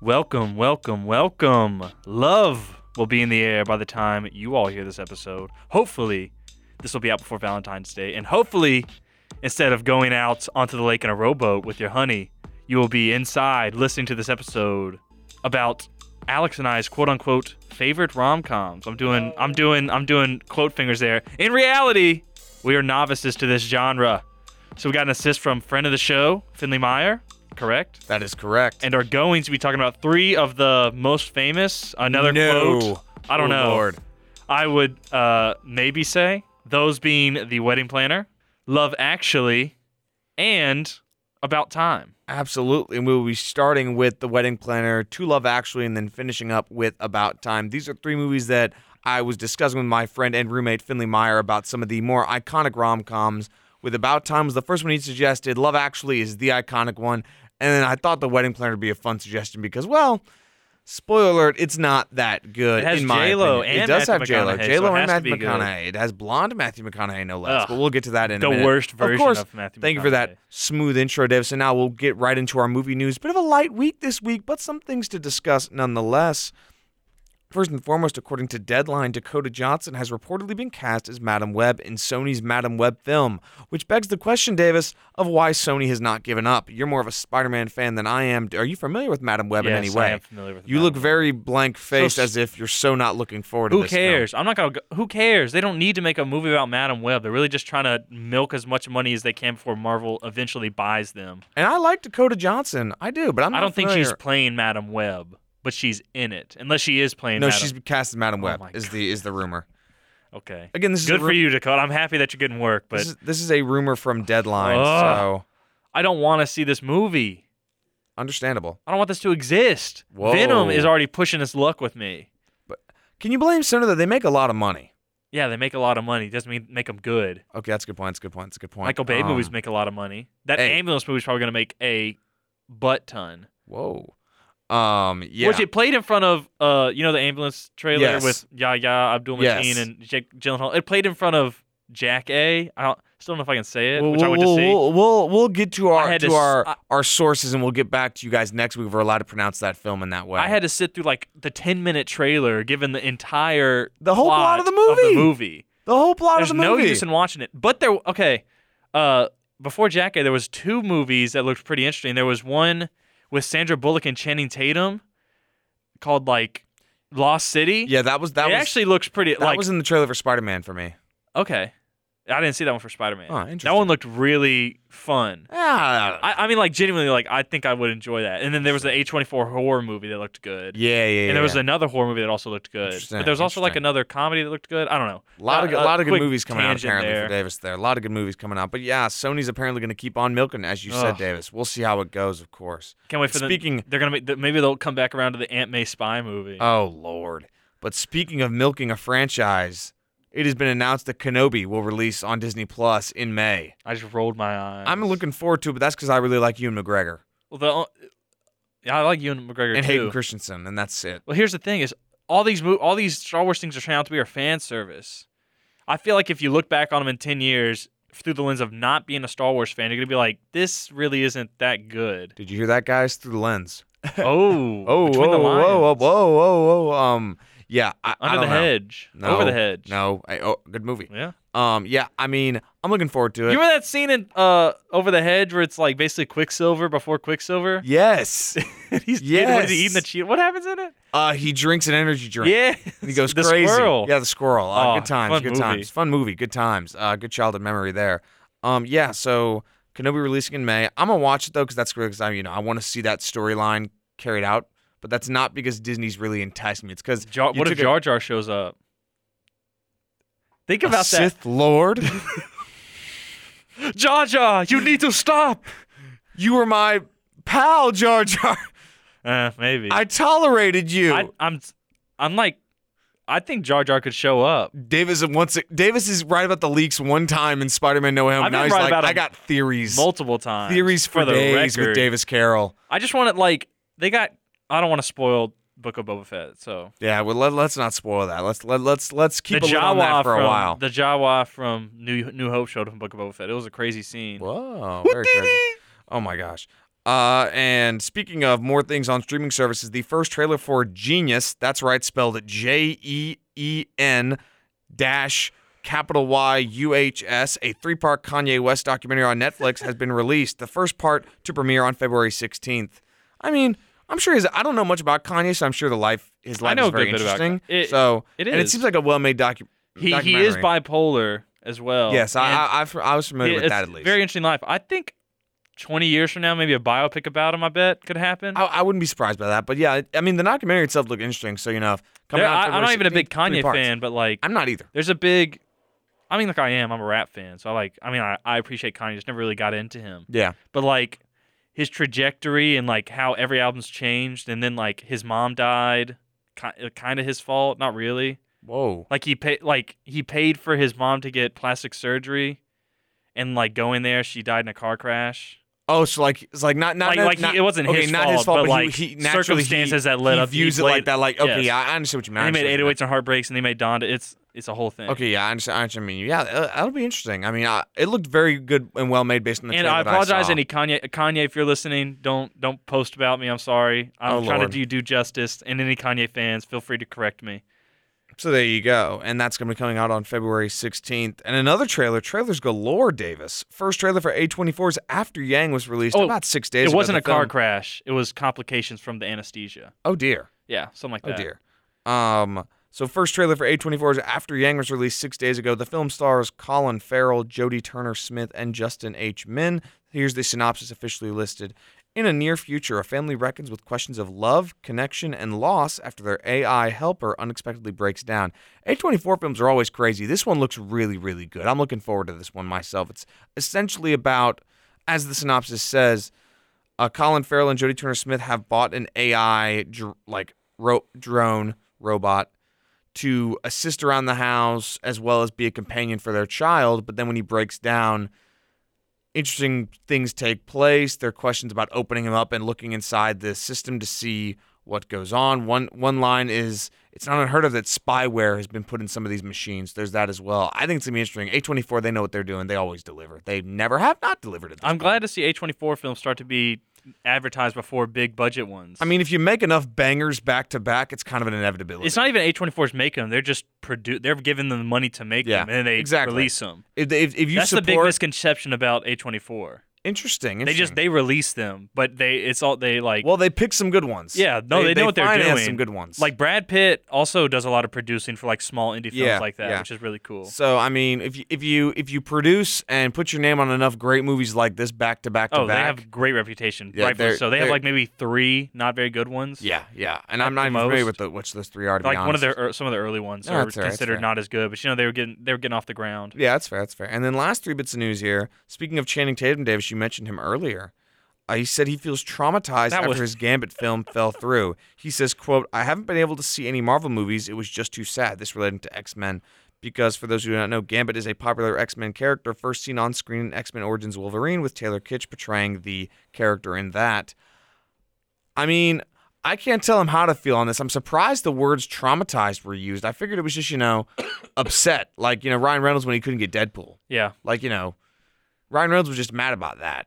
Welcome, welcome, welcome. Love will be in the air by the time you all hear this episode. Hopefully, this will be out before Valentine's Day. And hopefully, instead of going out onto the lake in a rowboat with your honey, you will be inside listening to this episode about Alex and I's quote unquote favorite rom coms. I'm doing I'm doing I'm doing quote fingers there. In reality, we are novices to this genre. So we got an assist from friend of the show, Finley Meyer, correct? That is correct. and are going to be talking about three of the most famous. Another No. quote. I don't Oh, know. Lord. I would uh, maybe say those being the wedding planner, Love Actually, and About Time. Absolutely. And we'll be starting with The Wedding Planner, To Love Actually, and then finishing up with About Time. These are three movies that I was discussing with my friend and roommate Finley Meyer about some of the more iconic rom coms. With About Time was the first one he suggested. Love Actually is the iconic one. And then I thought The Wedding Planner would be a fun suggestion because, well, spoiler alert, it's not that good. It has in my J-Lo opinion. and It does Matthew have J-Lo. McConaughey, so it J-Lo and has to be Matthew good. McConaughey. It has blonde Matthew McConaughey, no less. Ugh. But we'll get to that in a The minute. worst version of, course, of Matthew Thank you for that McConaughey. smooth intro, Dave. So now we'll get right into our movie news. Bit of a light week this week, but some things to discuss nonetheless. First and foremost, according to Deadline, Dakota Johnson has reportedly been cast as Madame Web in Sony's Madame Web film, which begs the question, Davis, of why Sony has not given up. You're more of a Spider-Man fan than I am. Are you familiar with Madame Web in Yes, any I way? am familiar with you Madame look Web. very blank-faced, So s- as if you're so not looking forward to Who this. film. cares? I'm not gonna. Go, who cares? They don't need to make a movie about Madam Web. They're really just trying to milk as much money as they can before Marvel eventually buys them. And I like Dakota Johnson. I do, but I'm I not don't think she's familiar. playing Madam Web, but she's in it. Unless she is playing. No, Madame- she's cast as Madame Oh Web. my is the is the rumor? okay. Again, this is Good a for ru- you, Dakota. I'm happy that you're getting work, but This is, this is a rumor from Deadline, Ugh. so I don't want to see this movie. understandable. I don't want this to exist. Whoa. Venom is already pushing its luck with me. Can you blame Sony that they make a lot of money? Yeah, they make a lot of money. Doesn't mean make them good. Okay, that's a good point. That's a good point. That's a good point. Michael Bay Um, movies make a lot of money. That hey. ambulance movie's probably gonna make a butt ton. Whoa. Um. Yeah. Which it played in front of, uh, you know, the ambulance trailer Yes. with Yahya Abdul Mateen Yes. and Jake Gyllenhaal. It played in front of Jack A. I don't, still don't know if I can say it, We'll, which I we'll, went to we'll, see. we'll, we'll- we'll get to our had to to s- our, I- our sources and we'll get back to you guys next week if we're allowed to pronounce that film in that way. I had to sit through like the ten minute trailer, given the entire The whole plot of the movie. movie. the whole plot There's of the no movie. use in watching it. But there, okay, uh, before Jack A, there was two movies that looked pretty interesting. There was one with Sandra Bullock and Channing Tatum called like Lost City. yeah, that was that it was actually looks pretty. that like was in the trailer for Spider Man for me. okay, I didn't see that one for Spider Man. Oh, that interesting. one looked really fun. Ah, I, I mean, like genuinely, like I think I would enjoy that. And then there was the A24 horror movie that looked good. yeah, yeah, yeah. And there was yeah. another horror movie that also looked good. Interesting, But there was also like interesting. another comedy that looked good. I don't know. A lot of good, a lot of good quick movies coming out tangent apparently there. for Davis there. A lot of good movies coming out, but yeah, Sony's apparently going to keep on milking as you said, Ugh. Davis. We'll see how it goes, of course. Can't wait for them. Speaking- they're gonna make, th- maybe they'll come back around to the Aunt May spy movie. Oh lord! But speaking of milking a franchise, it has been announced that Kenobi will release on Disney Plus in May. I just rolled my eyes. I'm looking forward to it, but that's because I really like Ewan McGregor Well, the, o- yeah, I like Ewan McGregor and too. Hayden Christensen, and that's it. well, here's the thing: is all these mo- all these Star Wars things are turning out to be our fan service. I feel like if you look back on them in ten years through the lens of not being a Star Wars fan, you're gonna be like, this really isn't that good. Did you hear that, guys? Through the lens. oh, Oh, between whoa, the lines. whoa, whoa, whoa, whoa, Um, yeah, I, I under the don't know. hedge, No, over the hedge. No, I, oh, good movie. Yeah. Um, yeah, I mean, I'm looking forward to it. You remember that scene in uh, Over the Hedge where it's like basically Quicksilver before Quicksilver? Yes. He's dead. What is he Yes. eating the cheetah? What happens in it? Uh, he drinks an energy drink. Yeah. And he goes the crazy. Squirrel. Yeah, the squirrel. Uh, Oh, good times. fun Good movie. times. Fun movie. Good times. Uh, good childhood memory there. Um, yeah. So Kenobi releasing in May. I'm gonna watch it though because that's because I you know I want to see that storyline carried out. But that's not because Disney's really enticing me. It's because Jar- you what if took a- Jar Jar shows up? Think a about that. Sith Lord. Jar Jar, you need to stop. you were my pal, Jar Jar. Uh, maybe. I tolerated you. I, I'm, I'm like, I think Jar Jar could show up. Davis once Davis is right about the leaks one time in Spider-Man: No Way Home. I've now been he's right like, about I him got theories. Multiple times. theories for, the days record. with Davis Carroll. I just want to like they got. I don't want to spoil Book of Boba Fett. So Yeah, well let, us not spoil that. Let's let, let's let's keep the a lid on that for from a while. the Jawa from New New Hope showed up in Book of Boba Fett. It was a crazy scene. Whoa, very crazy. Oh my gosh. Uh, and speaking of more things on streaming services, the first trailer for Genius, that's right, spelled J E E N dash capital Y U H S, a three part Kanye West documentary on Netflix, has been released. The first part to premiere on February 16th. I mean, I'm sure his, I don't know much about Kanye, so I'm sure the life his life know is a very good bit about interesting. Kanye. It- so it and it is. seems like a well made docu- He he documentary. is bipolar as well. Yes, I, And I I've- I was familiar it- with it's that at least. Very interesting life. I think 20 years from now, maybe a biopic about him. I bet could happen. I, I wouldn't be surprised by that, but yeah, it- I mean the documentary itself looked interesting. So you know, if- coming There- out. I, I'm February not even a big 16th, three Kanye parts. fan, but like, I'm not either. there's a big. I mean, like I am. I'm a rap fan, so I like. I mean, I, I appreciate Kanye. Just never really got into him. Yeah, but like his trajectory and like how every album's changed and then like his mom died kind of his fault not really Whoa. like he paid like he paid for his mom to get plastic surgery and like go in there she died in a car crash Oh, so like it's like not not like not- like not- he, it wasn't okay, his, not fault, his fault, but, he- like he, naturally he- circumstances that he led up views he it like played- that. Like okay, yes. I, I understand what you mean. I and he made understand what 808s and heartbreaks and they made Donda it's it's a whole thing you mean. Okay, yeah, I understand. I understand what you mean. Yeah, that- that'll be interesting. I mean, I, it looked very good and well made based on the and trailer I apologize, That I saw. any Kanye, Kanye, if you're listening, don't don't post about me. I'm sorry. I'm Oh, trying Lord. to do due justice. And any Kanye fans, feel free to correct me. So there you go. And that's going to be coming out on February 16th. And another trailer, trailers galore, Davis. First trailer for A24's After Yang was released Oh, about six days It ago. wasn't The a car film- crash. It was complications from the anesthesia. Oh, dear. Yeah, something like Oh, that. dear. Um, so first trailer for A24's After Yang was released six days ago. The film stars Colin Farrell, Jodie Turner-Smith, and Justin H. Min. Here's the synopsis officially listed. In a near future, a family reckons with questions of love, connection, and loss after their AI helper unexpectedly breaks down. A24 films are always crazy. This one looks really, really good. I'm looking forward to this one myself. It's essentially about, as the synopsis says, uh, Colin Farrell and Jodie Turner Smith have bought an AI dr- like ro- drone robot to assist around the house as well as be a companion for their child. But then when he breaks down, interesting things take place. There are questions about opening him up and looking inside the system to see what goes on. One one line is it's not unheard of that spyware has been put in some of these machines. There's that as well. I think it's gonna be interesting. A24, they know what they're doing. They always deliver. They never have not delivered it. I'm glad to see A24 films start to be advertised before big budget ones. I mean, if you make enough bangers back to back, it's kind of an inevitability. it's not even A24's making them. They're just produ- They're giving them the money to make Yeah, them, and then they exactly. release them. if, if, if you That's support the big misconception about A24. interesting, They just interesting. they release them, but they it's all they like. well they pick some good ones. Yeah, no, they know what they're finance doing. Some good ones. like Brad Pitt also does a lot of producing for like small indie films Yeah, like that, yeah. which is really cool. so, I mean, if you, if you if you produce and put your name on enough great movies like this back to back to Oh, they back. have great reputation. Yeah, right, they're- so they have they're- like maybe three not very good ones. yeah, yeah, and I'm at not the even familiar most. with the, which those three are. To like be honest. one of their er, some of the early ones No, are that's fair, that's considered fair. not as good, but you know they were getting they were getting off the ground. Yeah, that's fair. That's fair. And then last three bits of news here. Speaking of Channing Tatum, Davis, you mentioned him earlier. Uh, he said he feels traumatized That after was- his Gambit film fell through. He says, "quote I haven't been able to see any Marvel movies. It was just too sad." This relating to X Men, because for those who do not know, Gambit is a popular X Men character first seen on screen in X Men Origins Wolverine, with Taylor Kitsch portraying the character in that. I mean, I can't tell him how to feel on this. I'm surprised the words traumatized were used. I figured it was just, you know, upset. Like, you know, Ryan Reynolds when he couldn't get Deadpool. Yeah, Like, you know, Ryan Reynolds was just mad about that.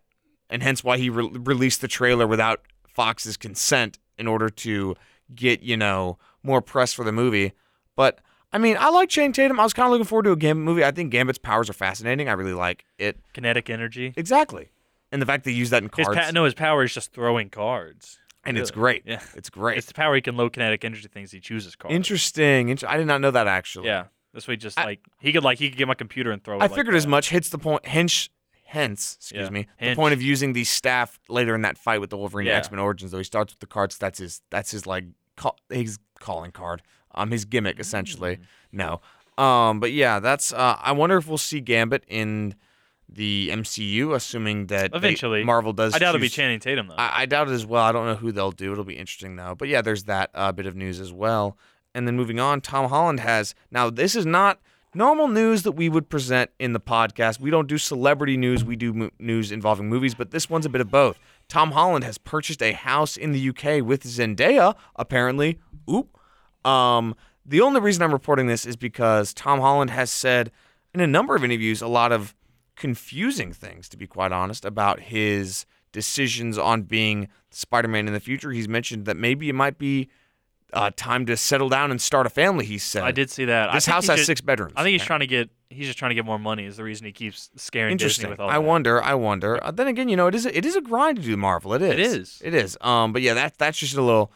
And hence why he re- released the trailer without Fox's consent in order to get, you know, more press for the movie. But, I mean, I like Channing Tatum. I was kind of looking forward to a Gambit movie. I think Gambit's powers are fascinating. I really like it. kinetic energy. Exactly. And the fact they use that in His cards. pa- no, his power is just throwing cards. and it's great. Yeah. It's great. It's the power he can load kinetic energy things. He chooses cards. Interesting. Inter- I did not know that actually. Yeah, this way just I- like he could like he could get my computer and throw. it I like figured as that. much. Hits the point. Hence, hence, excuse Yeah, me, the hence. point of using the staff later in that fight with the Wolverine Yeah. X Men Origins. Though he starts with the cards. That's his. That's his like call, his calling card. Um, his gimmick Mm. essentially. No. Um, but yeah, that's. Uh, I wonder if we'll see Gambit in the MCU, assuming that they- Eventually. Marvel does. I doubt it'll be choose- Channing Tatum though. I, I doubt it as well. I don't know who they'll do. It'll be interesting though. But yeah, there's that uh, bit of news as well. And then moving on, Tom Holland has now. This is not normal news that we would present in the podcast. We don't do celebrity news. We do mo- news involving movies, but this one's a bit of both. Tom Holland has purchased a house in the UK with Zendaya. Apparently, oop. Um, the only reason I'm reporting this is because Tom Holland has said in a number of interviews a lot of confusing things, to be quite honest, about his decisions on being Spider-Man in the future. He's mentioned that maybe it might be uh, time to settle down and start a family. He said. I did see that. I This think house he has should- six bedrooms. I think he's trying to get. He's just trying to get more money. Is the reason he keeps scaring Disney Interesting. with all I that. wonder. I wonder. Uh, then again, you know, it is. A, it is a grind to do Marvel. It is. It is. It is. Um. But yeah, that that's just a little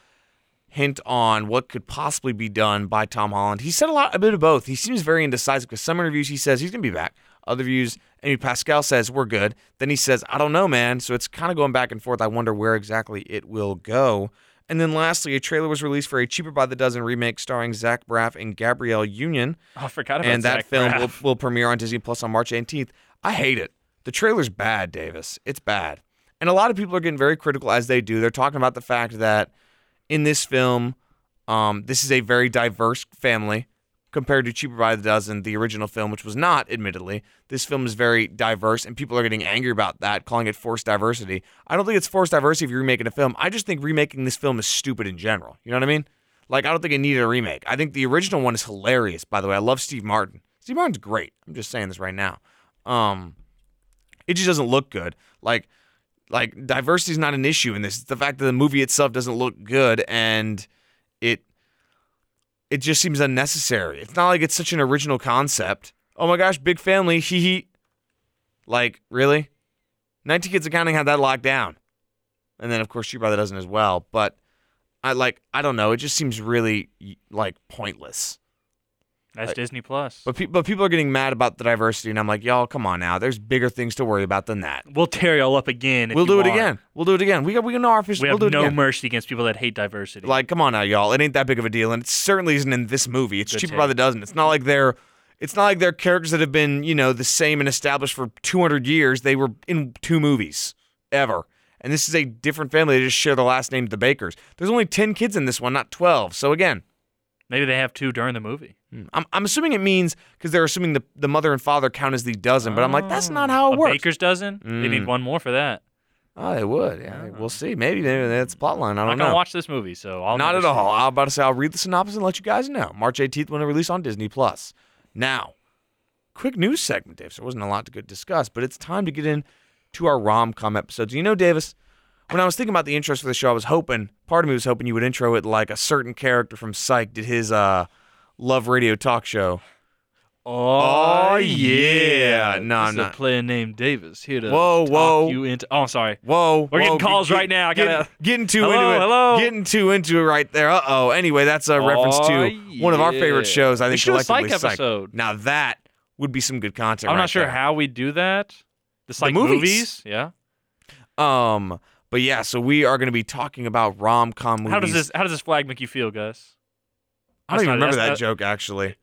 hint on what could possibly be done by Tom Holland. He said a lot, a bit of both. He seems very indecisive because some interviews he says he's gonna be back. Other views, Amy Pascal says we're good. Then he says I don't know, man. So it's kind of going back and forth. I wonder where exactly it will go. And then lastly, a trailer was released for a cheaper by the dozen remake starring Zach Braff and Gabrielle Union I forgot about and that Zach film Braff. will, will premiere on Disney Plus on March 18th. I hate it. The trailer's bad, Davis. It's bad. And a lot of people are getting very critical as they do. They're talking about the fact that in this film, um, this is a very diverse family compared to Cheaper by the Dozen, the original film, which was not, admittedly. This film is very diverse, and people are getting angry about that, calling it forced diversity. I don't think it's forced diversity if you're remaking a film. I just think remaking this film is stupid in general. You know what I mean? Like, I don't think it needed a remake. I think the original one is hilarious, by the way. I love Steve Martin. Steve Martin's great. I'm just saying this right now. Um, it just doesn't look good. Like, like diversity is not an issue in this. It's the fact that the movie itself doesn't look good, and it it just seems unnecessary. It's not like it's such an original concept. Oh my gosh, big family, hee hee. Like, really? 19 Kids Accounting had that locked down. And then, of course, She Brother doesn't as well. But I like, I don't know. It just seems really y- like pointless. That's Disney Plus. But, pe- but people are getting mad about the diversity. And I'm like, y'all, come on now. There's bigger things to worry about than that. we'll tear y'all up again. if we'll you do it want. again. We'll do it again. We, got, we know our fish. We will have do it no again. mercy against people that hate diversity. Like, come on now, y'all. It ain't that big of a deal, and it certainly isn't in this movie. It's Good cheaper take. by the dozen. It's not like they're it's not like they're characters that have been, you know, the same and established for 200 years. They were in two movies ever. And this is a different family. They just share the last name, the Bakers. There's only 10 kids in this one, not 12. So again, Maybe they have two during the movie. I'm, I'm assuming it means because they're assuming the, the mother and father count as the dozen, but I'm like, that's not how it a works. Mm. baker's dozen. They need one more for that. Oh, they would. Yeah, we'll see. Maybe, maybe that's a plot line. I I'm don't not gonna know. watch this movie, so I'll Not never at see it. all. I'm about to say I'll read the synopsis and let you guys know. March 18th when it released on Disney Plus. Now, quick news segment, Davis. There wasn't a lot to good discuss, but it's time to get in to our rom com episodes. You know, Davis, when I was thinking about the intros for the show, I was hoping part of me was hoping you would intro it like a certain character from Psych did his uh Love Radio talk show. Oh, Oh, yeah. No, this is no. a player named Davis here to Whoa, talk whoa. you into. Oh, I'm sorry. Whoa, We're getting whoa, calls right now. I getting- gotta- getting too Hello, into it. hello. Getting too into it right there. Uh oh. Anyway, that's a reference to Oh, one of our favorite yeah. shows. I We think should do a collectively. Psych Psych. episode. Now that would be some good content. I'm right not sure there. how we do that. The psych movies. yeah. Um, but yeah, so we are going to be talking about rom com movies. How does this How does this flag make you feel, Gus? I don't that's even not- remember that that's joke actually.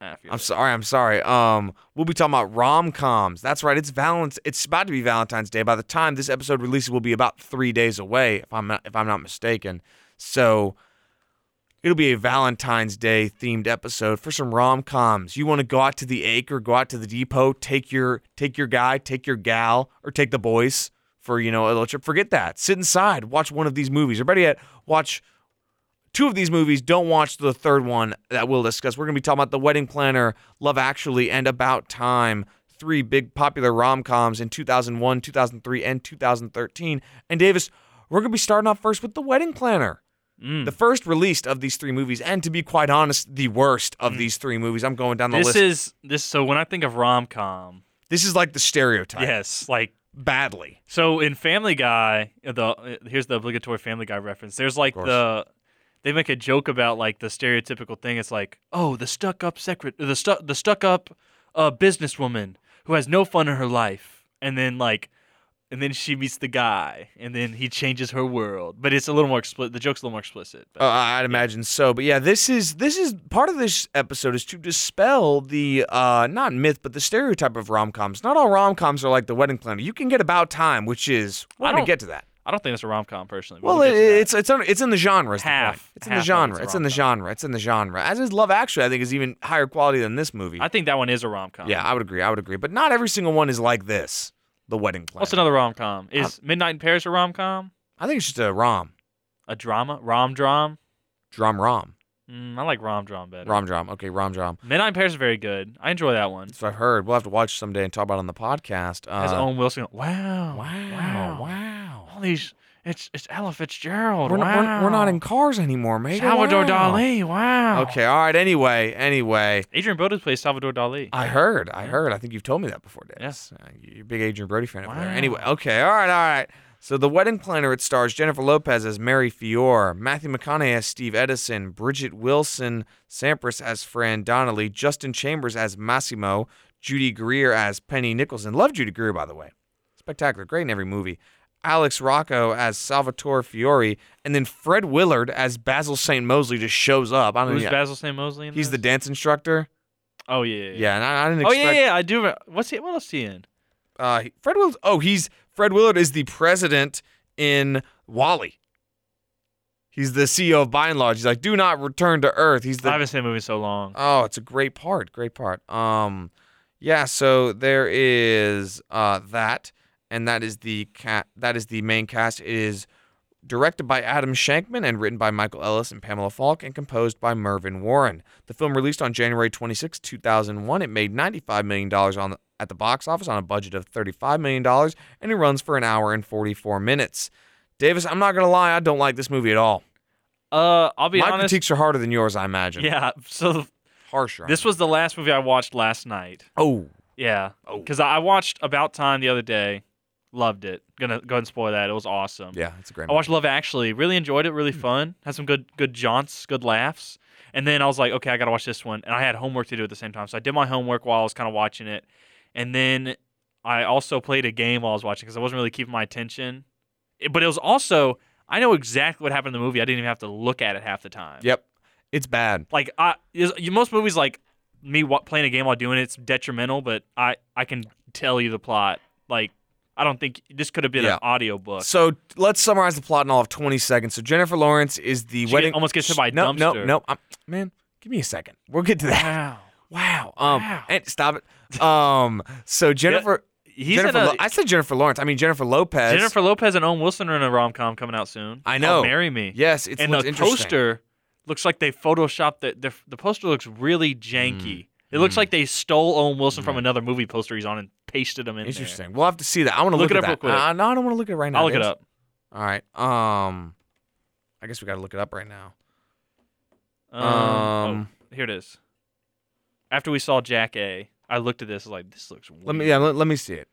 Ah, I feel I'm it. sorry. I'm sorry. Um, we'll be talking about rom coms. That's right. It's Valentine's. It's about to be Valentine's Day. By the time this episode releases, we'll be about three days away, if I'm not, if I'm not mistaken. So it'll be a Valentine's Day themed episode for some rom coms. You want to go out to the acre, go out to the depot, take your take your guy, take your gal, or take the boys for you know a little trip. Forget that. Sit inside, watch one of these movies, or better yet, watch two of these movies. Don't watch the third one that we'll discuss. We're going to be talking about The Wedding Planner, Love Actually, and About Time. Three big popular rom coms in 2001, 2003, and 2013. And Davis, we're going to be starting off first with The Wedding Planner. Mm. The first released of these three movies, and to be quite honest, the worst of these three movies. I'm going down the Mm. This list. is this. So when I think of rom com, this is like the stereotype. yes, like Badly. so in Family Guy, uh, the here's the obligatory Family Guy reference. There's like course. the they make a joke about like the stereotypical thing. It's like, oh, the stuck up secret, the stuck the stuck up uh, businesswoman who has no fun in her life, and then like. And then she meets the guy, and then he changes her world. But it's a little more explicit. The joke's a little more explicit. But Uh, I'd imagine so, but yeah, this is this is part of this episode is to dispel the uh, not myth but the stereotype of rom coms. Not all rom coms are like The Wedding Planner. You can get About Time, which is I we're gonna don't- get to that. I don't think that's a rom com personally. but Well, we'll it, get to that. it's it's on, it's in the genre. Is the Half- point. It's in the half of genre. it's a It's in the rom-com. genre. It's in the genre. As is Love Actually, I think is even higher quality than this movie. I think that one is a rom com. yeah, I would agree. I would agree, but not every single one is like this. The Wedding Planner. What's another rom com? Is Midnight in Paris a rom com? I think it's just a rom, A drama? Rom drom? drum rom, Mm, I like rom drom better. rom drum. Okay, rom drum. Midnight in Paris is very good. I enjoy that one. That's what I've uh, heard. We'll have to watch someday and talk about it on the podcast. Has Uh, Owen Wilson. Wow. Uh-huh. Wow. Wow. all these. It's it's Ella Fitzgerald. We're, wow. not, we're, we're not in cars anymore, man. Salvador wow. Dali. Wow. Okay, all right. Anyway, anyway, Adrian Brody's plays Salvador Dali. I heard, I heard. I think you've told me that before, Dave. Yes. Uh, you're a big Adrian Brody fan over there. Wow. Anyway, okay, all right, all right. So the wedding planner it stars Jennifer Lopez as Mary Fiore, Matthew McConaughey as Steve Edison, Bridget Wilson Sampras as Fran Donnelly, Justin Chambers as Massimo, Judy Greer as Penny Nicholson. Love Judy Greer, by the way. Spectacular, great in every movie. Alex Rocco as Salvatore Fiore, and then Fred Willard as Basil St. Mosley just shows up. I don't Who's know. Basil St. Mosley in He's the this? dance instructor. Oh yeah. Yeah. Yeah, and I, I didn't Oh expect. yeah, yeah. I do. Re- What's he? What else he in? Uh, he- Fred Willard. Oh, he's Fred Willard is the president in Wally. He's the CEO of By and Large. He's like, do not return to Earth. He's I the. haven't seen a movie in so long. Oh, it's a great part. Great part. Um, yeah. So there is uh that, and that is the cat. That is the main cast. It is directed by Adam Shankman and written by Michael Ellis and Pamela Falk and composed by Mervyn Warren. The film released on January 26, 2001. It made $95 million on at the box office on a budget of $35 million and it runs for an hour and 44 minutes. Davis, I'm not going to lie, I don't like this movie at all. Uh, I'll be My honest. critiques are harder than yours, I imagine. Yeah. So Harsher. this was the last movie I watched last night. oh, Yeah. Oh. Because I watched About Time the other day. Loved it. Gonna go ahead and spoil that. It was awesome. yeah, it's a great I watched Love Actually. Really enjoyed it. Really Hmm. fun. Had some good good jaunts, good laughs. And then I was like, okay, I gotta watch this one. And I had homework to do at the same time, so I did my homework while I was kind of watching it. And then I also played a game while I was watching because I wasn't really keeping my attention. It- but it was also I know exactly what happened in the movie. I didn't even have to look at it half the time. movie. Yep. It's bad. Like I, is- you- most movies like me wa- playing a game while doing it's detrimental, but I I can tell you the plot. Like I don't think this could have been Yeah. an audiobook. So let's summarize the plot in all of 20 seconds. So Jennifer Lawrence is the She wedding. get- almost gets hit by a no, no, dumpster. no, I'm- man, give me a second. We'll get to that. Wow. Wow. Um, Wow. and stop it. Um, so Jennifer, He's Jennifer, in a, Lo- I said Jennifer Lawrence. I mean Jennifer Lopez. Jennifer Lopez and Owen Wilson are in a rom com coming out soon. I called know. Marry Me. Yes, it's and looks the interesting. poster looks like they photoshopped the the, the poster looks really janky. Mm. It looks like they stole Owen Wilson from another movie poster he's on and pasted him in Interesting. We'll have to see that. I want to Look it look, at up that. real quick. Uh, no, I don't want to look at it right there. now. I'll look it Davis. up. All right. Um, I guess we got to look it up right now. Um, oh, Um, here it is. After we saw Jack A, I looked at this I was like this looks weird. Let me. Yeah. Let, let me see it.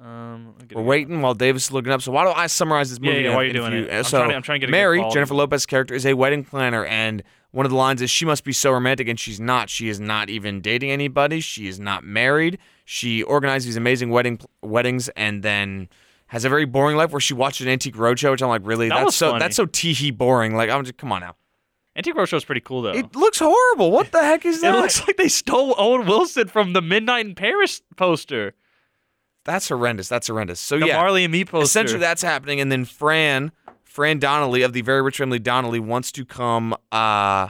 Um, let me get We're it. waiting while Davis is looking up. So why don't I summarize this Yeah, movie? yeah, in a- while you're in a doing few- it. uh, I'm so trying to- I'm trying to get a good Mary, quality. Jennifer Lopez's character, is a wedding planner, and one of the lines is she must be so romantic, and she's not. She is not even dating anybody. She is not married. She organizes these amazing wedding pl- weddings, and then has a very boring life where she watches an antique roadshow, which I'm like, really? That that's was so funny. that's so teehee boring. Like I'm just come on now. Antique Roadshow is pretty cool though. It looks horrible. What the heck is Oh. it that? looks like they stole Owen Wilson from the Midnight in Paris poster, that's horrendous. That's horrendous. So the Oh, yeah, Marley and Me poster. essentially that's happening and then fran fran donnelly of the very rich family donnelly wants to come uh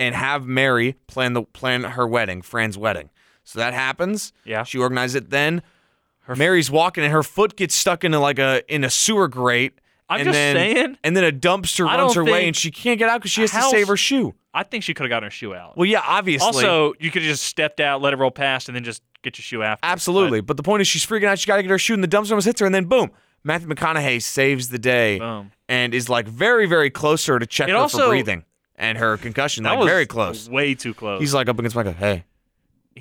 and have mary plan the plan her wedding fran's wedding so that happens Yeah. she organizes it then mary's walking and her foot gets stuck into like a in a sewer grate I'm and just then- saying. and then a dumpster I runs her don't way think- and she can't get out because she has How- to save her shoe I think she could have gotten her shoe out. well yeah obviously also, you could have just stepped out, let it roll past, and then just get your shoe after. absolutely but, the point is she's freaking out she got to get her shoe and the dumpster almost hits her and then boom matthew mcconaughey saves the day But, boom. and is like very, very close to her to check It her also- for breathing and her concussion. That Like was very close. Way too close. He's He's, like up against Michael. Hey,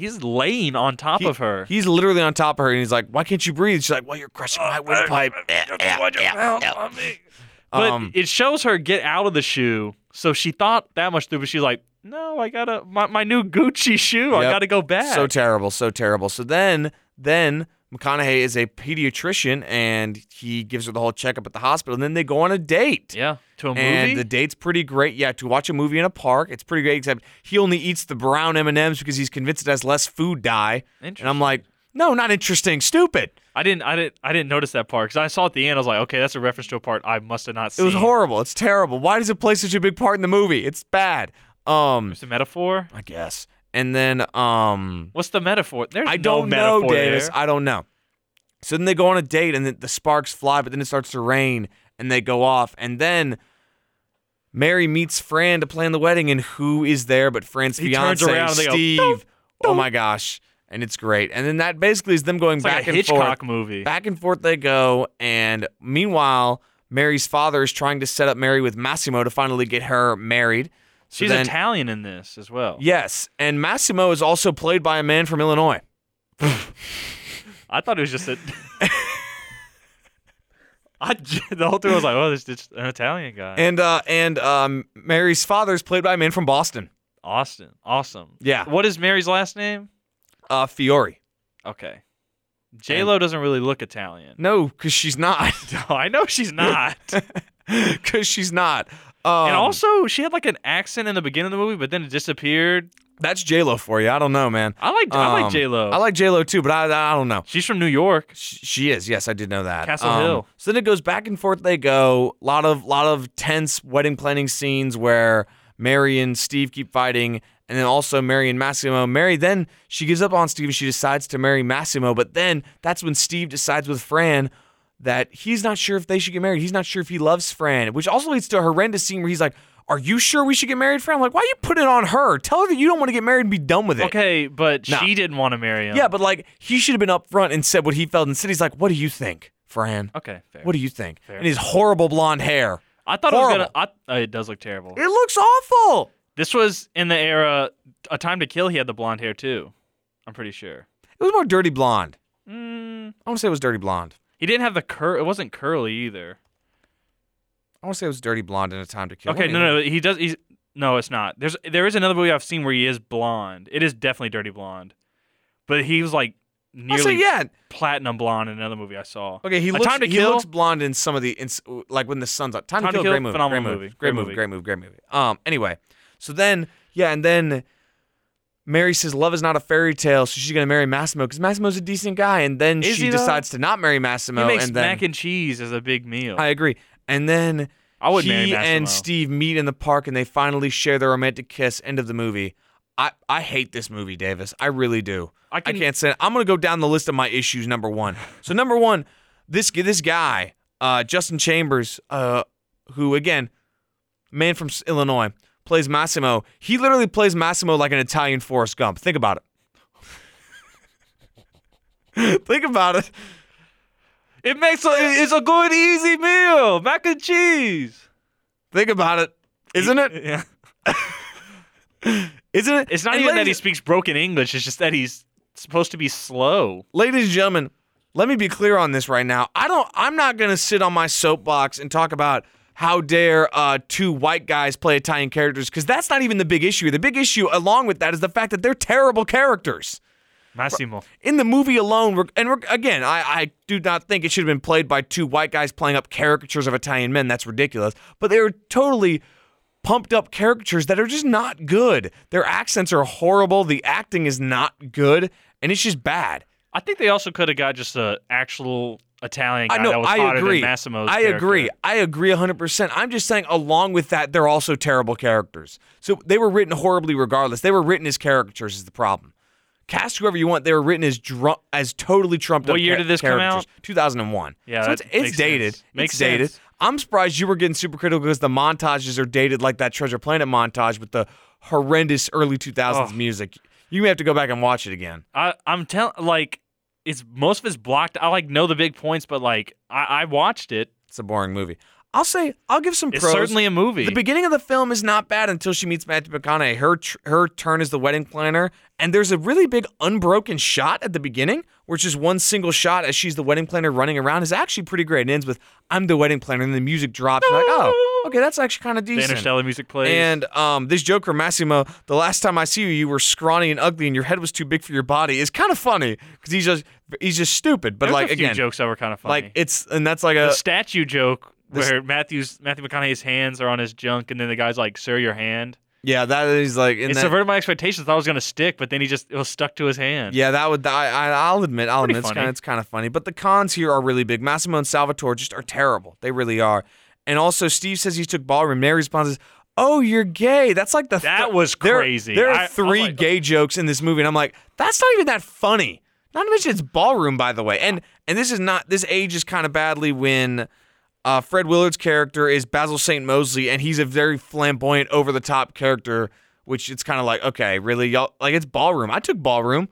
laying on top He- of her. he's literally on top of her, and he's like, "Why can't you breathe?" She's like, "Well, you're crushing Uh, my windpipe." but Um, it shows her get out of the shoe. So she thought that much through, but she's like, no, I gotta, my, my new Gucci shoe, I Yep. gotta go back. So terrible, so terrible. So then, then McConaughey is a pediatrician, and he gives her the whole checkup at the hospital, and then they go on a date. yeah, to a and movie. the date's pretty great. Yeah, to watch a movie in a park, it's pretty great. Except he only eats the brown M and M's because he's convinced it has less food dye. And Interesting. I'm like, no, not interesting, stupid. I didn't, I didn't, I didn't notice that part because I saw at the end. I was like, okay, that's a reference to a part I must have not It seen. was horrible. It's terrible. Why does it play such a big part in the movie? It's bad. Um, It's a metaphor. I guess. And then um, What's the metaphor? There's I no don't know, metaphor Davis. there. I don't know. So then they go on a date, and the, the sparks fly, but then it starts to rain, and they go off, and then Mary meets Fran to plan the wedding, and who is there but Fran's He turns fiance, around and they go, Steve? "Dunk, oh dunk." my gosh! and it's great. And then that basically is them going It's back like a and Hitchcock forth. movie. Back and forth they go, and meanwhile, Mary's father is trying to set up Mary with Massimo to finally get her married. So She's then- Italian in this as well. Yes, and Massimo is also played by a man from Illinois. I thought it was just a. I j- the whole thing was like, oh, there's just an Italian guy. And uh, and um, Mary's father is played by a man from Boston. Austin, awesome. Yeah, What is Mary's last name? uh, Fiore. Okay. J Lo doesn't really look Italian. No, because she's not. No, I know she's not. Because she's not. Um, and also, she had like an accent in the beginning of the movie, but then it disappeared. that's J Lo for you. I don't know, man. I like I Um, like J Lo. I like J Lo too, but I, I don't know. she's from New York. Sh- She is. Yes, I did know that. Um, Castle Hill. So then it goes back and forth. They go lot of lot of tense wedding planning scenes where Mary and Steve keep fighting, and then also Mary and Massimo. Mary then she gives up on Steve and she decides to marry Massimo, but then that's when Steve decides with Fran that he's not sure if they should get married. He's not sure if he loves Fran, which also leads to a horrendous scene where he's like, "Are you sure we should get married, Fran?" I'm like, why you put it on her? Tell her that you don't want to get married and be done with it. Okay, but No. she didn't want to marry him. Yeah, but like he should have been up front and said what he felt. Instead, he's like, "What do you think, Fran? Okay, fair. What do you think?" Fair. And his horrible blonde hair. I thought it was Horrible. gonna. I, uh, it does look terrible. It looks awful. This was in the era A Time to Kill. He had the blonde hair too. I'm pretty sure. It was more dirty blonde. Mm, I want to say it was dirty blonde. he didn't have the cur. It wasn't curly either. I want to say it was dirty blonde in a time to kill. Okay, no, no, he does. He's no, it's not. There's there is another movie I've seen where he is blonde. It is definitely Dirty Blonde, but he was like I nearly say yeah. platinum blonde in another movie I saw. Okay, he A looks Time to he Kill- looks blonde in some of the in, s- like when the sun's up. Time, Time to to Kill, great movie, phenomenal great movie, great great movie, movie. great movie, great movie. Um, anyway, so then yeah, and then Mary says love is not a fairy tale, so she's gonna marry Massimo because Massimo's a decent guy, and then Is she he, though? decides to not marry Massimo, He makes and then mac and cheese as a big meal. I agree. And then I would he marry Massimo. and Steve meet in the park, and they finally share their romantic kiss. End of the movie. I, I hate this movie, Davis. I really do. I can- I can't say. I'm gonna go down the list of my issues. Number one. So number one, this this guy, uh, Justin Chambers, uh, who again, man from S- Illinois, plays Massimo. He literally plays Massimo like an Italian Forrest Gump. Think about it. Think about it. It makes a, it's a good easy meal, mac and cheese. Think about it. Isn't it? Yeah. Isn't it? It's not And even that he ladies- speaks broken English. It's just that he's supposed to be slow. ladies and gentlemen, let me be clear on this right now. I don't. I'm not gonna sit on my soapbox and talk about how dare uh, two white guys play Italian characters because that's not even the big issue. The big issue, along with that, is the fact that they're terrible characters Massimo. in the movie alone. We're, and we're, again, I, I do not think it should have been played by two white guys playing up caricatures of Italian men. That's ridiculous. But they were totally pumped up caricatures that are just not good. Their accents are horrible. The acting is not good, and it's just bad. I think they also could have got just a actual Italian guy I know. Uh, that was I hotter agree. than Massimo's. I character. agree. I agree 100%. I'm just saying, along with that, they're also terrible characters. So they were written horribly regardless. They were written as caricatures, is the problem. Cast whoever you want. They were written as drunk, as totally trumped up. What year cha- did this come characters. 2001. Yeah, so that it's, it's makes dated. sense. Makes it's dated. sense. I'm surprised you were getting super critical because the montages are dated like that Treasure Planet montage with the horrendous early 2000s Oh. music. You may have to go back and watch it again. I, I'm telling, like, it's most of it's blocked. I like know the big points, but like, I, I watched it. It's a boring movie. I'll say I'll give some It's pros. certainly a movie. The beginning of the film is not bad until she meets Matthew McConaughey. Her tr- her turn is the wedding planner, and there's a really big unbroken shot at the beginning, which is one single shot as she's the wedding planner running around. is actually pretty great. It ends with "I'm the wedding planner," and the music drops. You're like, oh, okay, that's actually kind of the decent. Interstellar music plays. And um, this Joker Massimo, the last time I see you, you were scrawny and ugly, and your head was too big for your body. Is kind of funny because he's just he's just stupid. But There's like a few again, jokes that were kind of funny. like uh, it's and that's like the a statue joke the s- where Matthew's Matthew McConaughey's hands are on his junk, and then the guy's like, "Sir, your hand." yeah that is like in It that, subverted my expectations. Thought it was gonna stick, but then he just it was stuck to his hand. Yeah, that would. I, I, I'll admit. I'll Pretty admit. It's funny. kind, of, it's kind of funny. But the cons here are really big. Massimo and Salvatore just are terrible. They really are. And also, Steve says he took ballroom. Mary responds, "Oh, you're gay." That's like the That th- was there- crazy. There, I- I are was three like- gay jokes in this movie, and I'm like, that's not even that funny. Not to mention it's ballroom, by the way. And and this is not. This ages kind of badly when. Uh, Fred Willard's character is Basil St. Mosley, and he's a very flamboyant, over the top character, which it's kind of like, okay, really? Y'all, like, it's ballroom. I took ballroom.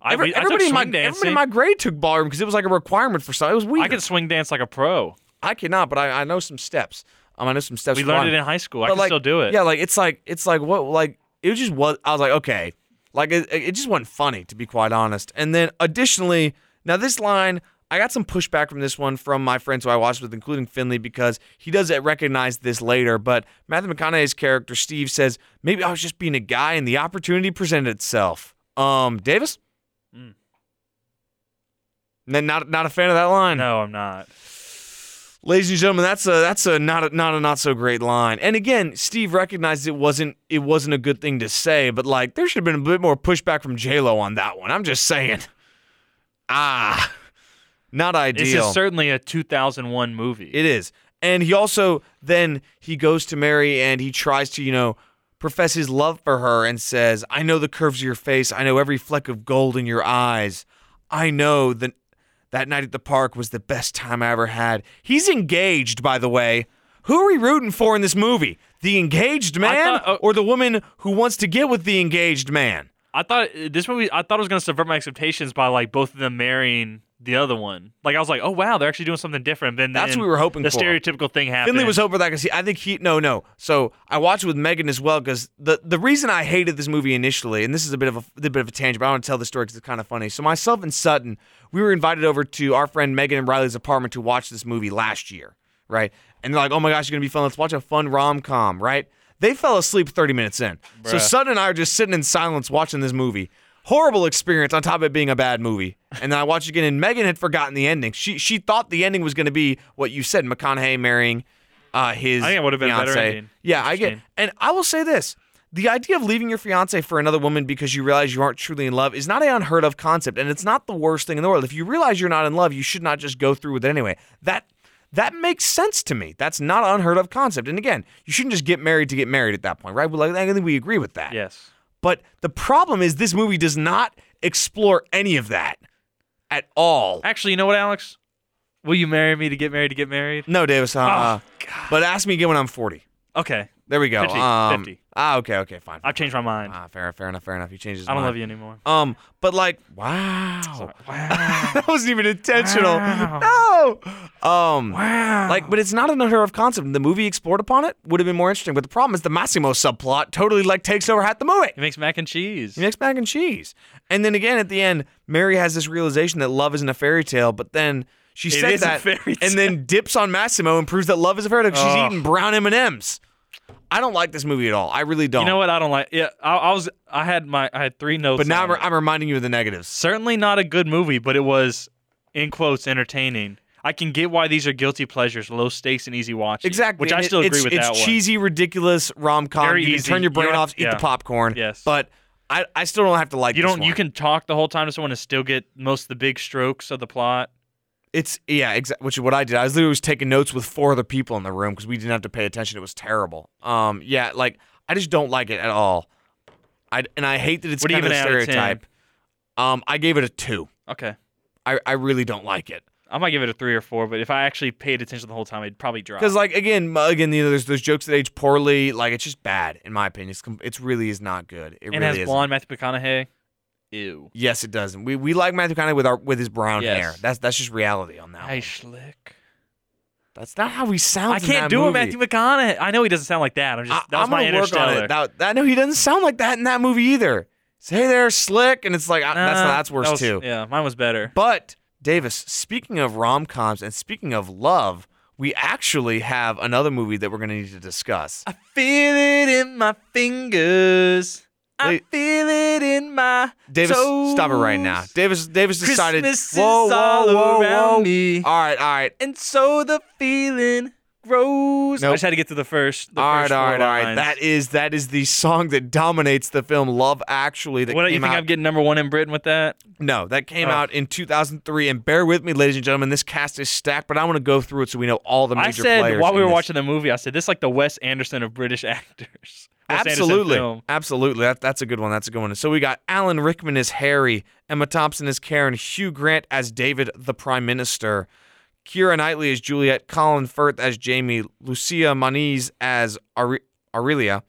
I, Every- we- I took everybody, in my, swing dancing. everybody in my grade took ballroom because it was like a requirement for something. It was weird. I could swing dance like a pro. I cannot, but I, I know some steps. Um, I know some steps. We for learned on- it in high school. I but can like, still do it. Yeah, like it's like it's like what like it just was. I was like, okay, like it, it just wasn't funny to be quite honest. And then additionally, now this line, I got some pushback from this one from my friends who I watched with, including Finley, because he does recognize this later. But Matthew McConaughey's character Steve says, maybe I was just being a guy and the opportunity presented itself. Um, Davis. Mm. N- Not not a fan of that line. No, I'm not. Ladies and gentlemen, that's a that's a not a, not a not so great line. And again, Steve recognized it wasn't it wasn't a good thing to say, but like there should have been a bit more pushback from J Lo on that one. I'm just saying, ah, not ideal. This is certainly a 2001 movie. It is. And he also then he goes to Mary and he tries to, you know, profess his love for her and says, "I know the curves of your face. I know every fleck of gold in your eyes. I know that that night at the park was the best time I ever had." He's engaged, by the way. Who are we rooting for in this movie? The engaged man thought- oh. or the woman who wants to get with the engaged man? I thought this movie. I thought it was gonna subvert my expectations by like both of them marrying the other one. Like I was like, oh wow, they're actually doing something different. Then That's then what we were hoping The for. stereotypical thing happened. Finley was hoping for that because I think he no no. So I watched it with Megan as well because the the reason I hated this movie initially, and this is a bit of a, a bit of a tangent, but I want to tell the story because it's kind of funny. So myself and Sutton, we were invited over to our friend Megan and Riley's apartment to watch this movie last year, right? And they're like, "Oh my gosh, it's gonna be fun. Let's watch a fun rom com, right?" They fell asleep 30 minutes in. So Bruh. Sutton and I are just sitting in silence watching this movie. Horrible experience on top of it being a bad movie. And then I watched it again, and Megan had forgotten the ending. She she thought the ending was going to be what you said, McConaughey marrying uh, his. I think it would've been a better fiancée. ending. Yeah, I get. Interesting. And I will say this: the idea of leaving your fiance for another woman because you realize you aren't truly in love is not an unheard of concept, and it's not the worst thing in the world. If you realize you're not in love, you should not just go through with it anyway. That that makes sense to me. That's not an unheard of concept. And again, you shouldn't just get married to get married at that point, right? Well, like, I think we agree with that. Yes. But the problem is this movie does not explore any of that at all. Actually, you know what, Alex? Will you marry me to get married to get married? No, Davis. Uh, Oh, God. but ask me again when I'm 40. Okay, There we go. 50, um, 50. Ah, okay, okay, fine. I've changed my mind. Ah, fair, fair enough, fair enough. You changed his I don't mind. love you anymore. Um, but like, wow, Wow. that wasn't even intentional. Wow. No. Um, wow. like, but it's not an unheard of concept. The movie explored upon it would have been more interesting. But the problem is the Massimo subplot totally like takes over half the movie. he makes mac and cheese. He makes mac and cheese. And then again at the end, Mary has this realization that love isn't a fairy tale, but then she It says is a that fairy and then dips on Massimo and proves that love is a fairy tale. 'cause She's Ugh. eating brown M&Ms. I don't like this movie at all. I really don't. You know what? I don't like. Yeah, I, I was. I had my. I had three notes. Oh. but now on I'm, it. I'm reminding you of the negatives. certainly not a good movie, but it was, in quotes, entertaining. I can get why these are guilty pleasures, low stakes and easy watching. Exactly. Which I and it- still agree it's, with it's that cheesy, ridiculous rom-com. Very You can easy. turn your You brain don't- off, eat yeah. the popcorn. Yes. But I, I still don't have to like one. You this don't. You one. can talk the whole time to someone and still get most of the big strokes of the plot. It's yeah, exactly. Which is what I did. I was literally was taking notes with four other people in the room because we didn't have to pay attention. It was terrible. Um, yeah, like I just don't like it at all. I and I hate that it's What do you kind of a give it out of 10? stereotype. Um, I gave it a two. Okay, I, I really don't like it I might give it a three or four, but if I actually paid attention the whole time, I'd probably drop. because like again, m- again, you know, there's those jokes that age poorly. Like it's just bad in my opinion. It's com- it's really is not good. It and really has is. blonde Matthew McConaughey. Ew. Yes, it doesn't. We we like Matthew McConaughey with our with his brown Yes. hair. That's that's just reality on that. Hey, one. slick. That's not how he sounds. I in can't that do movie. a Matthew McConaughey. I know he doesn't sound like that. I'm just. That was I'm my gonna work on Interstellar. it. That, that no, he doesn't sound like that in that movie either. Say hey there, slick, and it's like I, that's Nah, that's worse that was- too. Yeah, mine was better. But Davis, speaking of rom coms and speaking of love, we actually have another movie that we're gonna need to discuss. I feel it in my fingers. I Wait. feel it in my Davis, toes. stop it right now. Davis, Davis decided. Christmas whoa, is whoa, all whoa, Uh, around whoa. me. All right, all right. And so the feeling grows. Nope. I just had to get to the first. The all right, first all four right, all right. lines. That is that is the song that dominates the film Love Actually. That what came you think out I'm getting number one in Britain with that? No, that came Oh. out in 2003. And bear with me, ladies and gentlemen, this cast is stacked, but I want to go through it so we know all the major I said players. while we in were this. watching the movie, I said this is like the Wes Anderson of British actors. Wes Anderson Absolutely, film. absolutely. That, that's a good one. That's a good one. So we got Alan Rickman as Harry, Emma Thompson as Karen, Hugh Grant as David, the Prime Minister, Kira Knightley as Juliet, Colin Firth as Jamie, Lucia Moniz as Aure- Aurelia,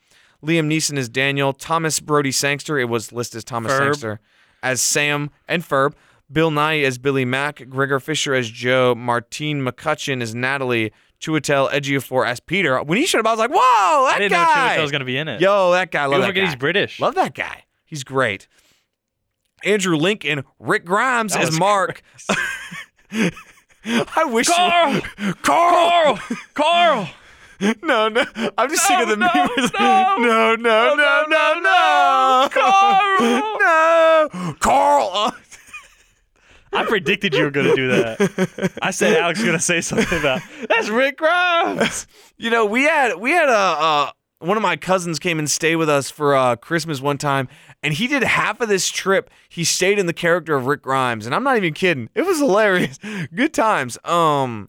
Liam Neeson as Daniel, Thomas Brody Sangster. It was listed as Thomas Ferb. Sangster, as Sam and Ferb, Bill Nye as Billy Mack, Gregor Fisher as Joe, Martine McCutcheon as Natalie, Chiwetel Ejiofor as Peter. When he showed up, I was like, "Whoa, that I didn't guy!" know Chiwetel was gonna be in it. Yo, that guy. Love People that forget guy. he's British. Love that guy. He's great. Andrew Lincoln, Rick Grimes That as was Mark. I wish Carl! Carl. Carl! No, no. I'm just sick of the No, no, memes. no. no, no, no, no, no, no, Carl! no, Carl. uh, I predicted you were gonna do that. I said Alex was gonna say something about that's Rick Grimes. You know, we had we had a. Uh, one of my cousins came and stayed with us for uh, Christmas one time, and he did half of this trip. He stayed in the character of Rick Grimes, and I'm not even kidding. It was hilarious. Good times. Um,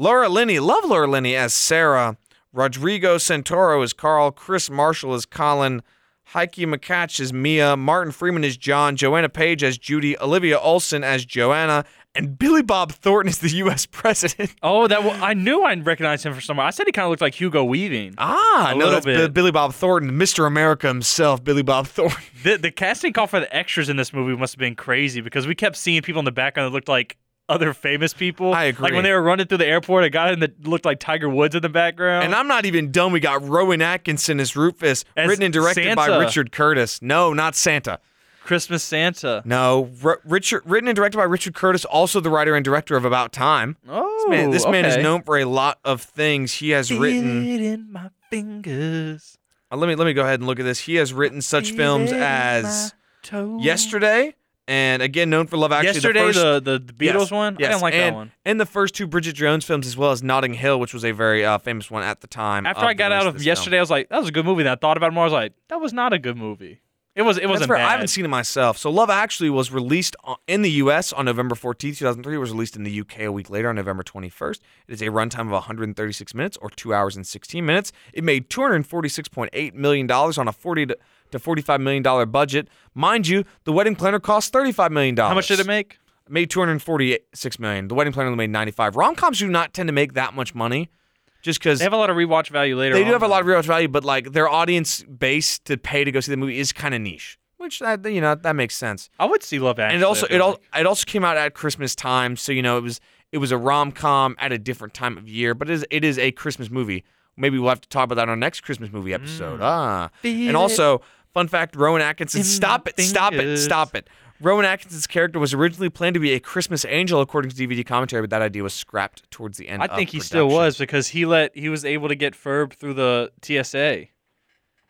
Laura Linney, love Laura Linney as Sarah. Rodrigo Santoro as Carl. Chris Marshall as Colin. Heike McCatch as Mia. Martin Freeman as John. Joanna Page as Judy. Olivia Olson as Joanna. And Billy Bob Thornton is the U.S. president. Oh, that wa- I knew I recognized him from somewhere. I said he kind of looked like Hugo Weaving. Ah, A no, little that's Bi- bit. Billy Bob Thornton, Mr. America himself, Billy Bob Thornton. The, the casting call for the extras in this movie must have been crazy because we kept seeing people in the background that looked like other famous people. I agree. Like when they were running through the airport, a guy in the, looked like Tiger Woods in the background. And I'm not even done. We got Rowan Atkinson as Rufus, As written and directed by Santa. Richard Curtis. No, not Santa. Christmas Santa. No, R- Richard, written and directed by Richard Curtis, also the writer and director of About Time. Oh, This man, this man is okay. known for a lot of things. He has Feel written. it in my fingers. uh, let me let me go ahead and look at this. He has written such films as Yesterday, and again known for Love Actually. Yesterday, the, first, the, the, the Beatles Yes, one. yes, I didn't like and, that one. And the first two Bridget Jones films, as well as Notting Hill, which was a very uh, famous one at the time. After of I the got release out of of this yesterday, I was like, that was a good movie. And I thought about it more. I was like, that was not a good movie. It was. It film. wasn't That's fair. bad. I haven't seen it myself. So Love Actually was released on, in the U.S. on November 14th, 2003. It was released in the UK a week later on November 21st. It is a runtime of 136 minutes, or two hours and 16 minutes. It made 246.8 million dollars on a 40 to to 45 million dollar budget. Mind you, The Wedding Planner cost 35 million dollars. How much did it make? made 246 million. The Wedding Planner only made 95. Rom-coms do not tend to make that much money just cuz They have a lot of rewatch value later. they do on. have a lot of real value, but like their audience base to pay to go see the movie is kind of niche, which that you know that makes sense. I would see Love Actually. And it also I it feel all like. it also came out at Christmas time, so you know it was it was a rom com at a different time of year, but it is it is a Christmas movie. Maybe we'll have to talk about that on our next Christmas movie episode. Ah, Feel and also fun fact: Rowan Mm. Atkinson. in Stop my it! Stop it! fingers. Stop it! Rowan Atkinson's character was originally planned to be a Christmas angel, according to DVD commentary, but that idea was scrapped towards the end. I of think he still production. was because he let he was able to get Ferb through the TSA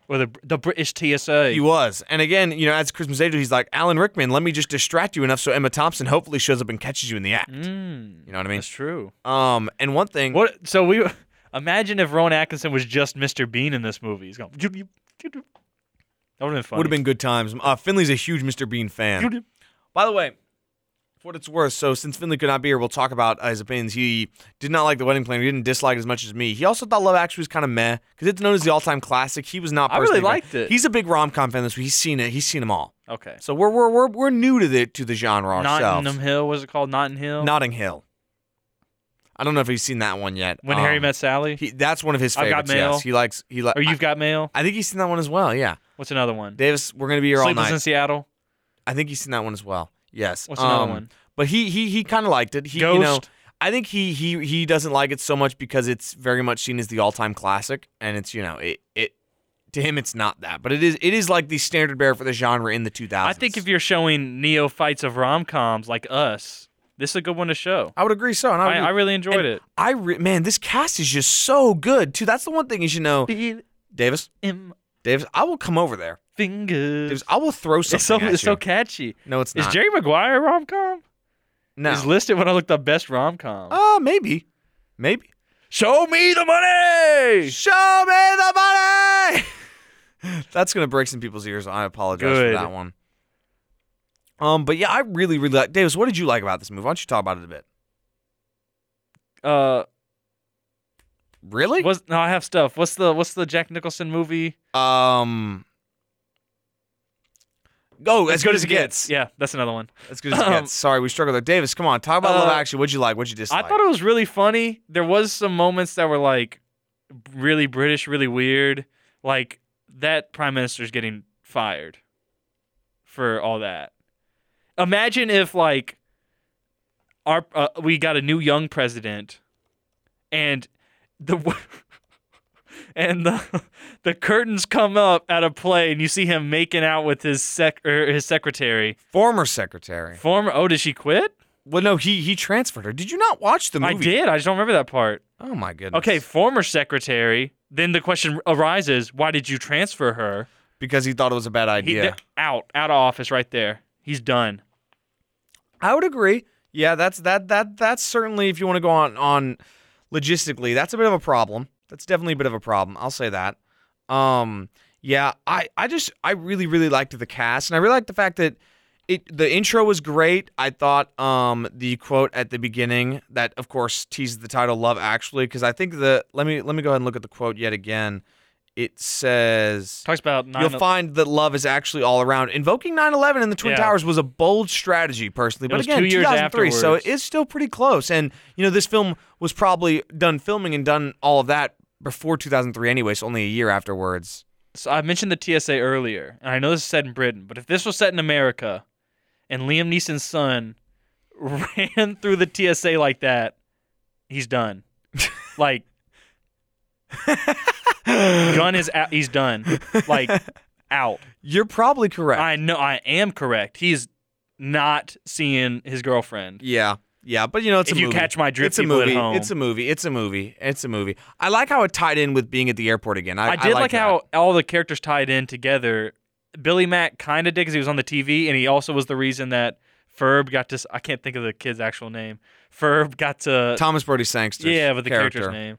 or the the British TSA. He was. And again, you know, as Christmas Angel, he's like, Alan Rickman, let me just distract you enough so Emma Thompson hopefully shows up and catches you in the act. Mm, You know what I mean? that's true. Um, and one thing, What? So we imagine if Rowan Atkinson was just Mr. Bean in this movie. He's going. That would have been funny. would have been good times. Uh, Finley's a huge Mr. Bean fan. By the way, for what it's worth, so since Finley could not be here, we'll talk about uh, his opinions. He did not like The Wedding Planner. He didn't dislike it as much as me. He also thought Love Actually was kind of meh because it's known as the all-time classic. He was not. I really personally a fan. liked it. He's a big rom-com fan. This week. he's seen it. He's seen them all. Okay. So we're we're we're, we're new to the to the genre ourselves. Nottingham Hill. Was it called Notting Hill? Notting Hill. I don't know if he's seen that one yet. when Um, Harry Met Sally. he, that's one of his I've favorites. Got Mail. Yes, he likes he like. or you've got mail. I think he's seen that one as well. Yeah, What's another one? Davis, we're gonna be here all Sleepless night. in Seattle. I think he's seen that one as well. Yes. What's another Um, one? But he he he kind of liked it. He, You know, Ghost? I think he he he doesn't like it so much because it's very much seen as the all time classic, and it's you know it it to him it's not that, but it is it is like the standard bearer for the genre in the 2000s. I think if you're showing neophytes of rom coms like us, this is a good one to show. I would agree so, and I, I, would- I really enjoyed and it. I re- man, this cast is just so good too. That's the one thing is you know, Feel Davis, in my Davis, I will come over there. fingers. Davis, I will throw something It's so at it's you. so catchy. No, it's Is not. Jerry Maguire rom com? no. He's listed when I looked up best rom com. Uh, maybe. Maybe. Show me the money. Show me the money! That's going to break some people's ears. I apologize Good. for that one. Um, But yeah, I really, really like. Davis, what did you like about this movie? Why don't you talk about it a bit? Uh, Really? was no, I have stuff. What's the what's the Jack Nicholson movie? Um. Go as good as it gets. Yeah, that's another one. As good as it Um, gets. Sorry, we struggled there. Davis, come on, talk about Uh, Love Actually. What'd you like? What'd you dislike? I thought it was really funny. There was some moments that were like really British, really weird. Like that prime minister's getting fired for all that. imagine if like our uh, we got a new young president, and the w- and the the curtains come up at a play, and you see him making out with his sec or his secretary. Former secretary. Former. Oh, did she quit? Well, no, he he transferred her. Did you not watch the movie? I did. I just don't remember that part. Oh my goodness. Okay, former secretary. Then the question arises: Why did you transfer her? Because he thought it was a bad He, idea. th- out, out of office, right there. He's done. I would agree. Yeah, that's that that that's certainly if you want to go on on logistically, that's a bit of a problem. That's definitely a bit of a problem. I'll say that. Um yeah, I I just I really really liked the cast and I really liked the fact that it the intro was great. I thought um the quote at the beginning that of course teases the title Love Actually because I think the let me let me go ahead and look at the quote yet again. It says Talks about 9 You'll find that love is actually all around. Invoking 9/11 and the Twin Yeah. Towers was a bold strategy, personally. But was again, two years 2003, so it afterwards. is still pretty close. And you know, this film was probably done filming and done all of that before 2003, anyway. So only a year afterwards. so I mentioned the TSA earlier, and I know this is set in Britain, but if this was set in America, and Liam Neeson's son ran through the TSA like that, he's done. like, gun is out. He's done. Like, out. You're probably correct. I know. I am correct. He's not seeing his girlfriend. yeah, yeah. But you know, it's if a you movie. catch my drift, it's a people movie. at home. It's a movie. It's a movie. It's a movie. I like how it tied in with being at the airport again. I, I did like that. how all the characters tied in together. Billy Mack kind of did because he was on the TV, and he also was the reason that Ferb got to. s- I can't think of the kid's actual name. Ferb got to. Thomas Brody Sangster. uh, yeah, but the character. character's name.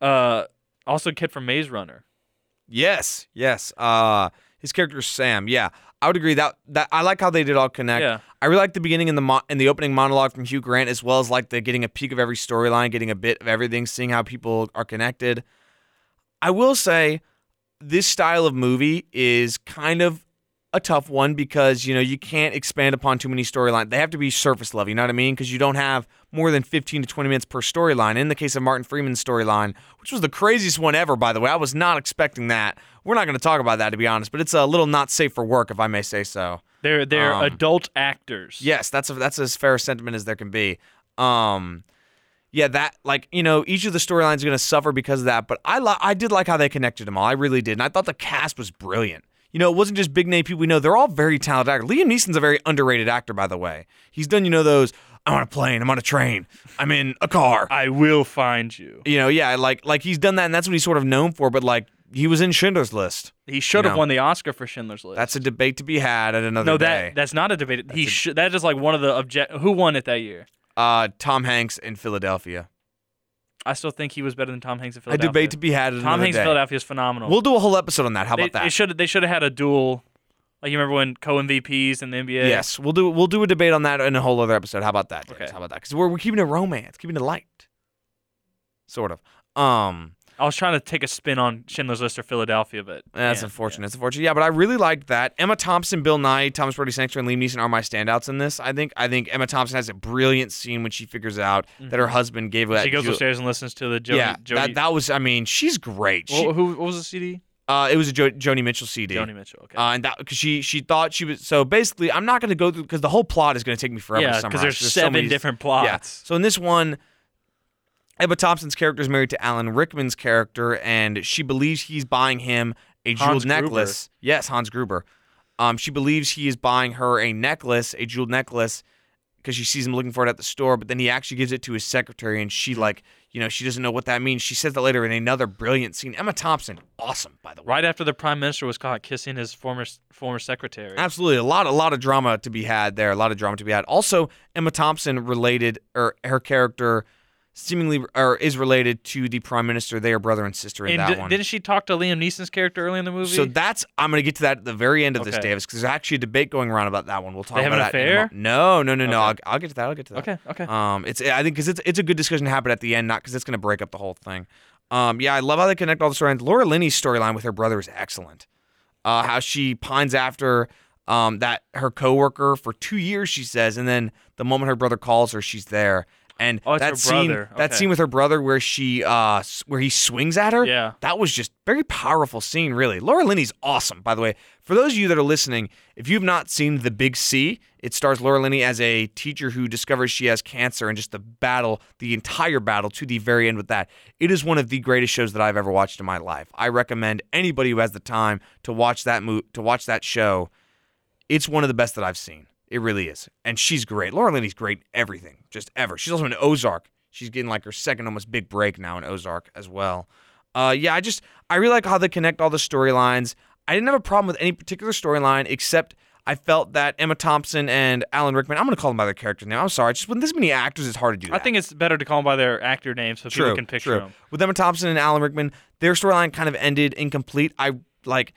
Uh, also, kid from Maze Runner. Yes, yes. Uh his character's Sam. Yeah, I would agree that that I like how they did all connect. Yeah. I really like the beginning and the mo- and the opening monologue from Hugh Grant, as well as like the getting a peek of every storyline, getting a bit of everything, seeing how people are connected. I will say, this style of movie is kind of a tough one because you know you can't expand upon too many storylines. They have to be surface level. You know what I mean? Because you don't have more than fifteen to twenty minutes per storyline. In the case of Martin Freeman's storyline, which was the craziest one ever, by the way, I was not expecting that. We're not going to talk about that to be honest, but it's a little not safe for work, if I may say so. They're they're Um, adult actors. Yes, that's a, that's as fair a sentiment as there can be. Um, yeah, that like you know each of the storylines is going to suffer because of that. But I li- I did like how they connected them all. I really did, and I thought the cast was brilliant. You know, it wasn't just big name people we know. They're all very talented actors. Liam Neeson's a very underrated actor, by the way. He's done you know those. I'm on a plane. I'm on a train. I'm in a car. I will find you. You know, yeah, like like he's done that, and that's what he's sort of known for. But like he was in Schindler's List. He should You have know. won the Oscar for Schindler's List. That's a debate to be had at another no, day. that that's not a debate. he should. That is like one of the object. Who won it that year? uh, Tom Hanks in Philadelphia. I still think he was better than Tom Hanks in A Philadelphia. debate to be had at Tom another Hanks day. in Philadelphia is phenomenal. We'll do a whole episode on that. How they, about They that? should they should have had a duel. Like you remember when co MVPs in the NBA? Yes, we'll do we'll do a debate on that in a whole other episode. How about that? Dennis? Okay. How about that? Because we're we're keeping it romance, keeping it light, sort of. Um, I was trying to take a spin on Schindler's List or Philadelphia, but that's man, unfortunate. That's unfortunate. Yeah, but I really liked that. Emma Thompson, Bill Nye, Thomas Brody Sangster, and Liam Neeson are my standouts in this. I think I think Emma Thompson has a brilliant scene when she figures out that her husband gave yeah. that. Mm-hmm. She goes Ju- upstairs and listens to the Jody. yeah, Jody that that was. I mean, she's great. She, Wha- who what was the CD? uh, it was a jo- Joni Mitchell CD. Joni Mitchell. Okay. Uh, and that because she she thought she was so basically I'm not going to go through because the whole plot is going to take me forever. yeah, because there's, seven different plots. Yeah. So in this one, Emma Thompson's character is married to Alan Rickman's character, and she believes he's buying him a jeweled Hans Gruber. necklace. Yes, Hans Gruber. Um, she believes he is buying her a necklace, a jeweled necklace, because she sees him looking for it at the store. But then he actually gives it to his secretary, and she like, you know, she doesn't know what that means. She says that later in another brilliant scene. Emma Thompson, awesome by the way. Right after the prime minister was caught kissing his former former secretary. Absolutely, a lot, a lot of drama to be had there. A lot of drama to be had. Also, Emma Thompson related, or her character, seemingly, or is related to the prime minister. They are brother and sister in and that di- one. didn't she talk to Liam Neeson's character early in the movie? so that's I'm going to get to that at the very end of this, Okay. Davis, because there's actually a debate going around about that one. We'll talk They have an about that. in a mo- affair? no, no, no, no. Okay. I'll, I'll get to that. I'll get to that. okay, okay. Um, it's I think because it's it's a good discussion to happen at the end, not because it's going to break up the whole thing. Um, yeah, I love how they connect all the storylines. Laura Linney's storyline with her brother is excellent. Uh, how she pines after um that her coworker for two years, she says, and then the moment her brother calls her, she's there. And Oh, it's that her scene, brother. that Okay. scene with her brother where she, uh, s- where he swings at her, Yeah. that was just very powerful scene. Really, Laura Linney's awesome. By the way, for those of you that are listening, if you've not seen The Big C, it stars Laura Linney as a teacher who discovers she has cancer and just the battle, the entire battle to the very end with that. It is one of the greatest shows that I've ever watched in my life. I recommend anybody who has the time to watch that mo- to watch that show it's one of the best that I've seen. It really is. And she's great. Laura Linney's great in everything, just ever. She's also in Ozark. She's getting like her second almost big break now in Ozark as well. Uh, yeah, I just, I really like how they connect all the storylines. I didn't have a problem with any particular storyline except I felt that Emma Thompson and Alan Rickman, I'm going to call them by their character name. I'm sorry. Just with this many actors, it's hard to do I that. think it's better to call them by their actor names so people can picture them. With Emma Thompson and Alan Rickman, their storyline kind of ended incomplete. I like,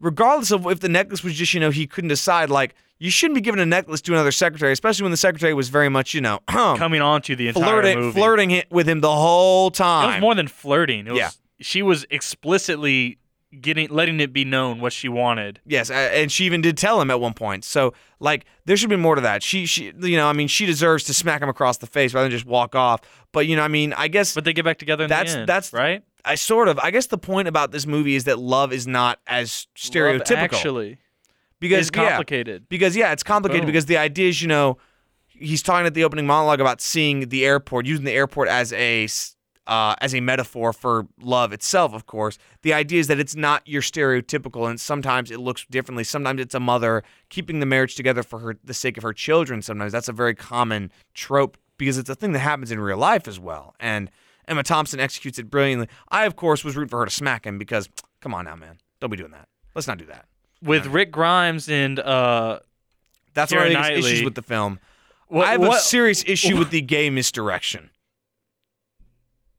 regardless of if the necklace was just you know he couldn't decide. Like you shouldn't be giving a necklace to another secretary, especially when the secretary was very much you know Coming on to the entire flirting movie. flirting it with him the whole It time. was more than flirting. It was, Yeah. She was explicitly getting letting it be known what she wanted. Yes, a- and she even did tell him at one point. So like there should be more to that. She she you know I mean she deserves to smack him across the face rather than just walk off. But you know I mean I guess But they get back together in That's- the end. that's- right. I sort of I guess the point about this movie is that love is not as stereotypical Love actually, because is yeah, complicated. because yeah, it's complicated Boom. because the idea is, you know, he's talking at the opening monologue about seeing the airport, using the airport as a s- uh, as a metaphor for love itself. Of course, the idea is that it's not your stereotypical, and sometimes it looks differently. Sometimes it's a mother keeping the marriage together for her the sake of her children. Sometimes that's a very common trope because it's a thing that happens in real life as well. And Emma Thompson executes it brilliantly. I, of course, was rooting for her to smack him because, come on now, man, don't be doing that. Let's not do that. With Rick Grimes and uh, That's Keira one of the issues Knightley. with the film. what, I have a what- serious issue with the gay misdirection.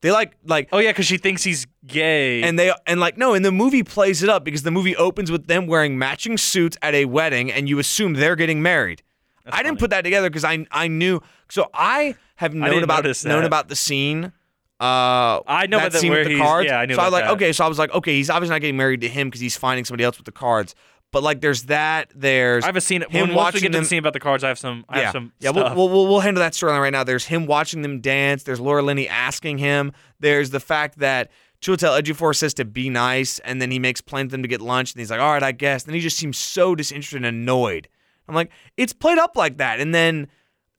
They like like oh yeah, because she thinks he's gay. and they and like no, and the movie plays it up because the movie opens with them wearing matching suits at a wedding and you assume they're getting married. I didn't funny. put that together because I I knew so I have known didn't about notice known that. about the scene. Uh, I know that about that scene where with the he's- cards. yeah, I knew so I about like that. okay, so I was like okay, he's obviously not getting married to him because he's finding somebody else with the cards. But like, there's that. There's I haven't seen it. him When, once we watching get to them- the scene about the cards, I have some. I yeah. have some. yeah, stuff. We'll, we'll, we'll handle that storyline right now. There's him watching them dance. There's Laura Linney asking him. There's the fact that Chiwetel Ejiofor says to be nice, and then he makes plans with them to get lunch, and he's like, all right, I guess. Then he just seems so disinterested and annoyed. I'm like, it's played up like that. And then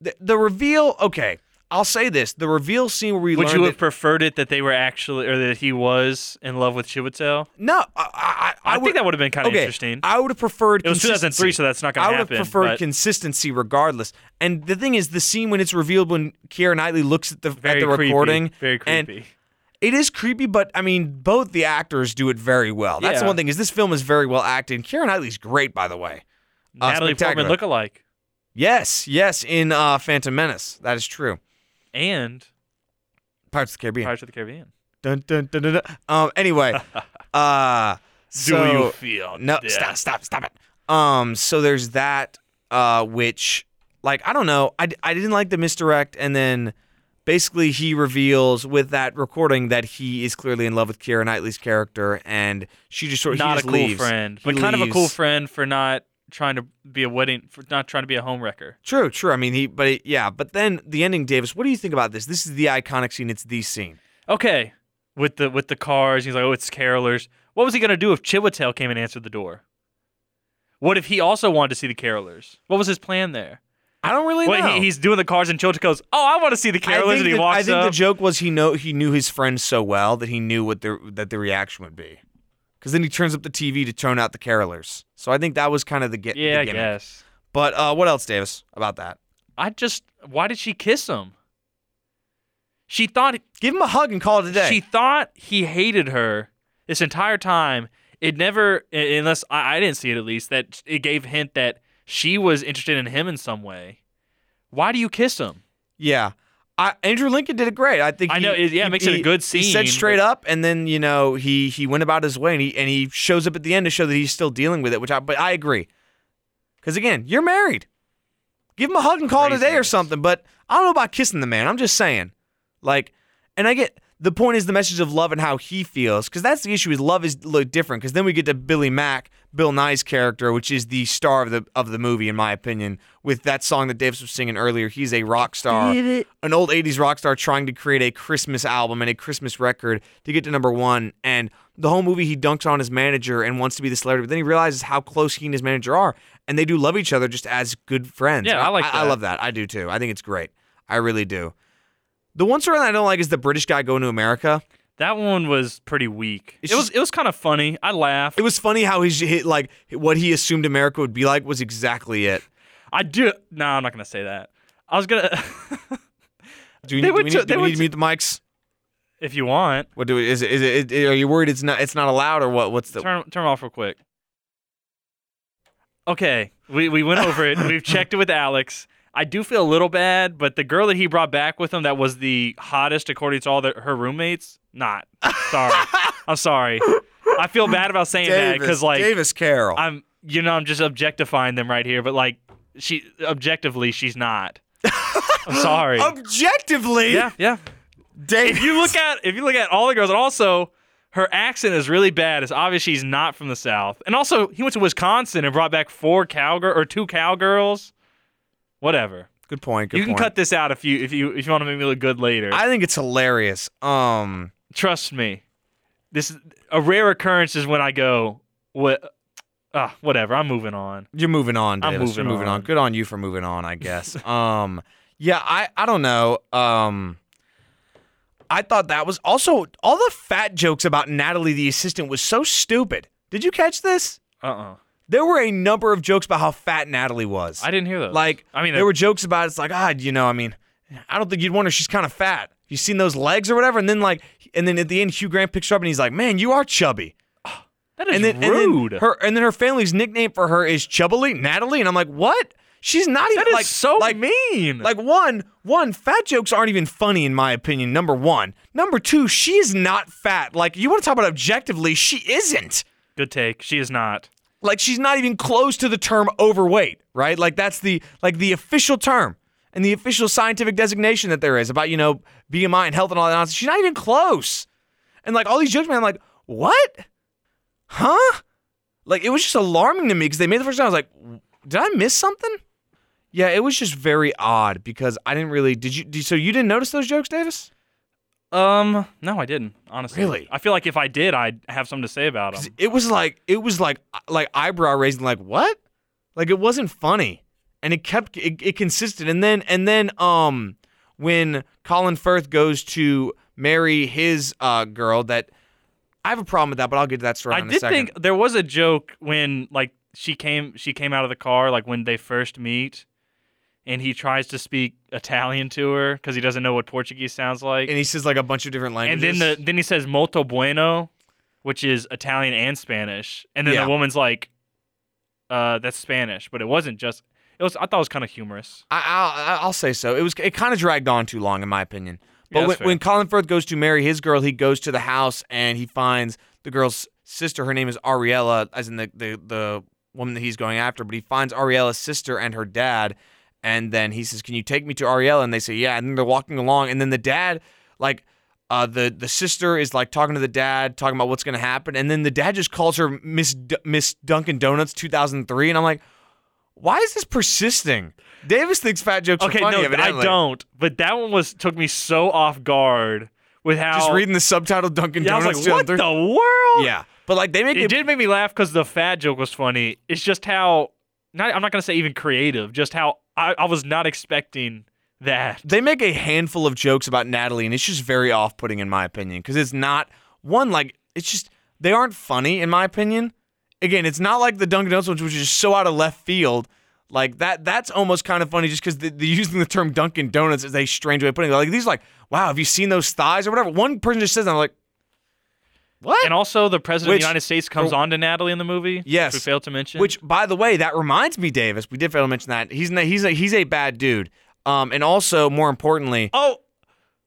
the, the reveal, okay, I'll say this. The reveal scene where we Would learned you that- have preferred it that they were actually, or that he was in love with Chiwetel? no, I, I, I, I, would- think that would have been kind of okay, interesting. I would have preferred it was 2003, consistency. so that's not going I to would have happen. preferred but consistency regardless. And the thing is, the scene when it's revealed when Keira Knightley looks at the very at the creepy, recording, Very and creepy. it is creepy. But I mean, both the actors do it very well. That's the Yeah. one thing is this film is very well acted. Keira Knightley's great, by the way. uh, Natalie Portman spectacular. lookalike, Yes, yes, in uh, Phantom Menace, that is true. and Pirates of the Caribbean. Pirates of the Caribbean. Dun, dun, dun, dun, dun. Um. Anyway, uh, so, feel No, death? stop, stop, stop it. Um, so there's that, uh, which, like, I don't know. I, I didn't like the misdirect, and then basically he reveals with that recording that he is clearly in love with Keira Knightley's character, and she just sort of not he a just cool leaves. friend, He but kind of a cool leaves. friend for not trying to be a wedding, for not trying to be a home wrecker. True, true. I mean, he, but he- yeah, but then the ending, Davis. What do you think about this? This is the iconic scene. It's the scene. Okay, with the with the cars, he's like, oh, it's carolers. What was he gonna do if Chiwetel came and answered the door? What if he also wanted to see the carolers? What was his plan there? I don't really Well, know. he, he's doing the cars, and Chiwetel goes, "Oh, I want to see the I carolers," think, and he the, walks I think up. the joke was he know he knew his friend so well that he knew what the that the reaction would be, because then he turns up the TV to tone out the carolers. So I think that was kind of the get. yeah, the I gimmick. guess. But uh, what else, Davis, about that? I just, why did she kiss him? She thought Give him a hug and call it a day. She thought he hated her this entire time. It never, u- unless I, I didn't see it at least, that it gave hint that she was interested in him in some way. Why do you kiss him? yeah. I, Andrew Lincoln did it great. I think I he- know, it- yeah, it he- makes it a he- good He said scene, straight but- up, and then you know he he went about his way, and he and he shows up at the end to show that he's still dealing with it. Which I but I agree, because again, you're married. Give him a hug and call it a day or Craziness. something. But I don't know about kissing the man. I'm just saying, like, and I get the point is the message of love and how he feels, because that's the issue. Is love is look different? Because then we get to Billy Mack, Bill Nye's character, which is the star of the of the movie, in my opinion. With that song that Davis was singing earlier, he's a rock star, an old '80s rock star trying to create a Christmas album and a Christmas record to get to number one. And the whole movie, he dunks on his manager and wants to be the celebrity, but then he realizes how close he and his manager are, and they do love each other just as good friends. Yeah, I like I that. love that. I do too. I think it's great. I really do. The one storyline I don't like is the British guy going to America. That one was pretty weak. It's it was it was kind of funny. I laughed. It was funny how his hit, like what he assumed America would be like was exactly it. I do. No, I'm not gonna say that. I was gonna. Do we, They do we went need, to- do they we went need to mute the mics? if you want, What do we, is it? Is it, is- Are you worried it's not? It's not allowed or what? What's the? turn turn off real quick. Okay, we we went over it. We've checked it with Alex. I do feel a little bad, but the girl that he brought back with him that was the hottest according to all the, her roommates, not. Sorry, I'm sorry. I feel bad about saying that because like Davis Carroll. I'm you know I'm just objectifying them right here, but like she objectively she's not. I'm sorry. Objectively, yeah, yeah. Davis. If you look at if you look at all the girls, and also her accent is really bad. It's obvious she's not from the South. And also he went to Wisconsin and brought back four cowgirl or two cowgirls. Whatever. good point. Good you can point. cut this out if you if you if you want to make me look good later. I think it's hilarious. Um, Trust me. This is a rare occurrence is when I go what uh, whatever, I'm moving on. You're moving on, I'm Davis. You're moving moving on. on. Good on you for moving on, I guess. um, yeah, I, I don't know. Um, I thought that was also all the fat jokes about Natalie the assistant was so stupid. Did you catch this? Uh uh There were a number of jokes about how fat Natalie was. I didn't hear those. like I mean uh, there were jokes about it's like ah, you know, I mean, I don't think you'd want her. She's kind of fat. You seen those legs or whatever, and then like, and then at the end, Hugh Grant picks her up and he's like, "Man, you are chubby." that is and then, rude. and then her and then her family's nickname for her is Chubbly Natalie, and I'm like, what? She's not even That is like so like mean. like one one fat jokes aren't even funny in my opinion. Number one, number two, she is not fat. Like you want to talk about objectively, she isn't. good take. She is not. Like she's not even close to the term overweight, right? Like that's the like the official term and the official scientific designation that there is about you know BMI and health and all that nonsense. She's not even close. And like all these jokes, man, I'm like, what? Huh? Like it was just alarming to me because they made the first time. I was like, w- did I miss something? Yeah, it was just very odd because I didn't really. Did you? Did, so you didn't notice those jokes, Davis? Um, no, I didn't. Honestly, Really? I feel like if I did, I'd have something to say about 'Cause them. It was like it was like like eyebrow raising, like what? Like it wasn't funny, and it kept it, it consisted. And then and then um when Colin Firth goes to marry his uh girl, that I have a problem with that, but I'll get to that story. I in did a second. think there was a joke when like she came she came out of the car like when they first meet, and he tries to speak Italian to her because he doesn't know what Portuguese sounds like. and he says like a bunch of different And, languages. then the then he says "molto bueno," which is Italian and Spanish. And then Yeah. the woman's like, "Uh, that's Spanish," but it wasn't just. It was. I thought it was kind of humorous. I, I'll, I'll say so. It was it kind of dragged on too long, in my opinion. Yeah, But that's when, fair. when Colin Firth goes to marry his girl, he goes to the house and he finds the girl's sister. Her name is Ariella, as in the the, the woman that he's going after. But he finds Ariella's sister and her dad, and then he says, "Can you take me to Ariella?" And they say, "Yeah." And then they're walking along, and then the dad, like. Uh, the the sister is like talking to the dad, talking about what's gonna happen, and then the dad just calls her Miss D- Miss Dunkin' Donuts 2003, and I'm like, why is this persisting? Davis thinks fat jokes Okay, are funny. no, evidently. I don't. But that one was took me so off guard with how Just reading the subtitle Dunkin' Yeah, I Donuts. was like, what 2003. the world? Yeah, but like they make It it. did make me laugh because the fat joke was funny. It's just how not, I'm not gonna say even creative, just how I, I was not expecting that. They make a handful of jokes about Natalie, and it's just very off-putting in my opinion because it's not one like it's just they aren't funny in my opinion. Again, it's not like the Dunkin' Donuts ones, which is just so out of left field. Like that, that's almost kind of funny just because the, the using the term Dunkin' Donuts is a strange way of putting it. Like these, like wow, have you seen those thighs or whatever? One person just says, that, "I'm like, what?" And also, the president of Which- Oh. the United States comes on to Natalie in the movie. which Yes. we failed to mention. Which, by the way, that reminds me, Davis. We did fail to mention that he's na- he's a he's a bad dude. Um, and also more importantly, oh,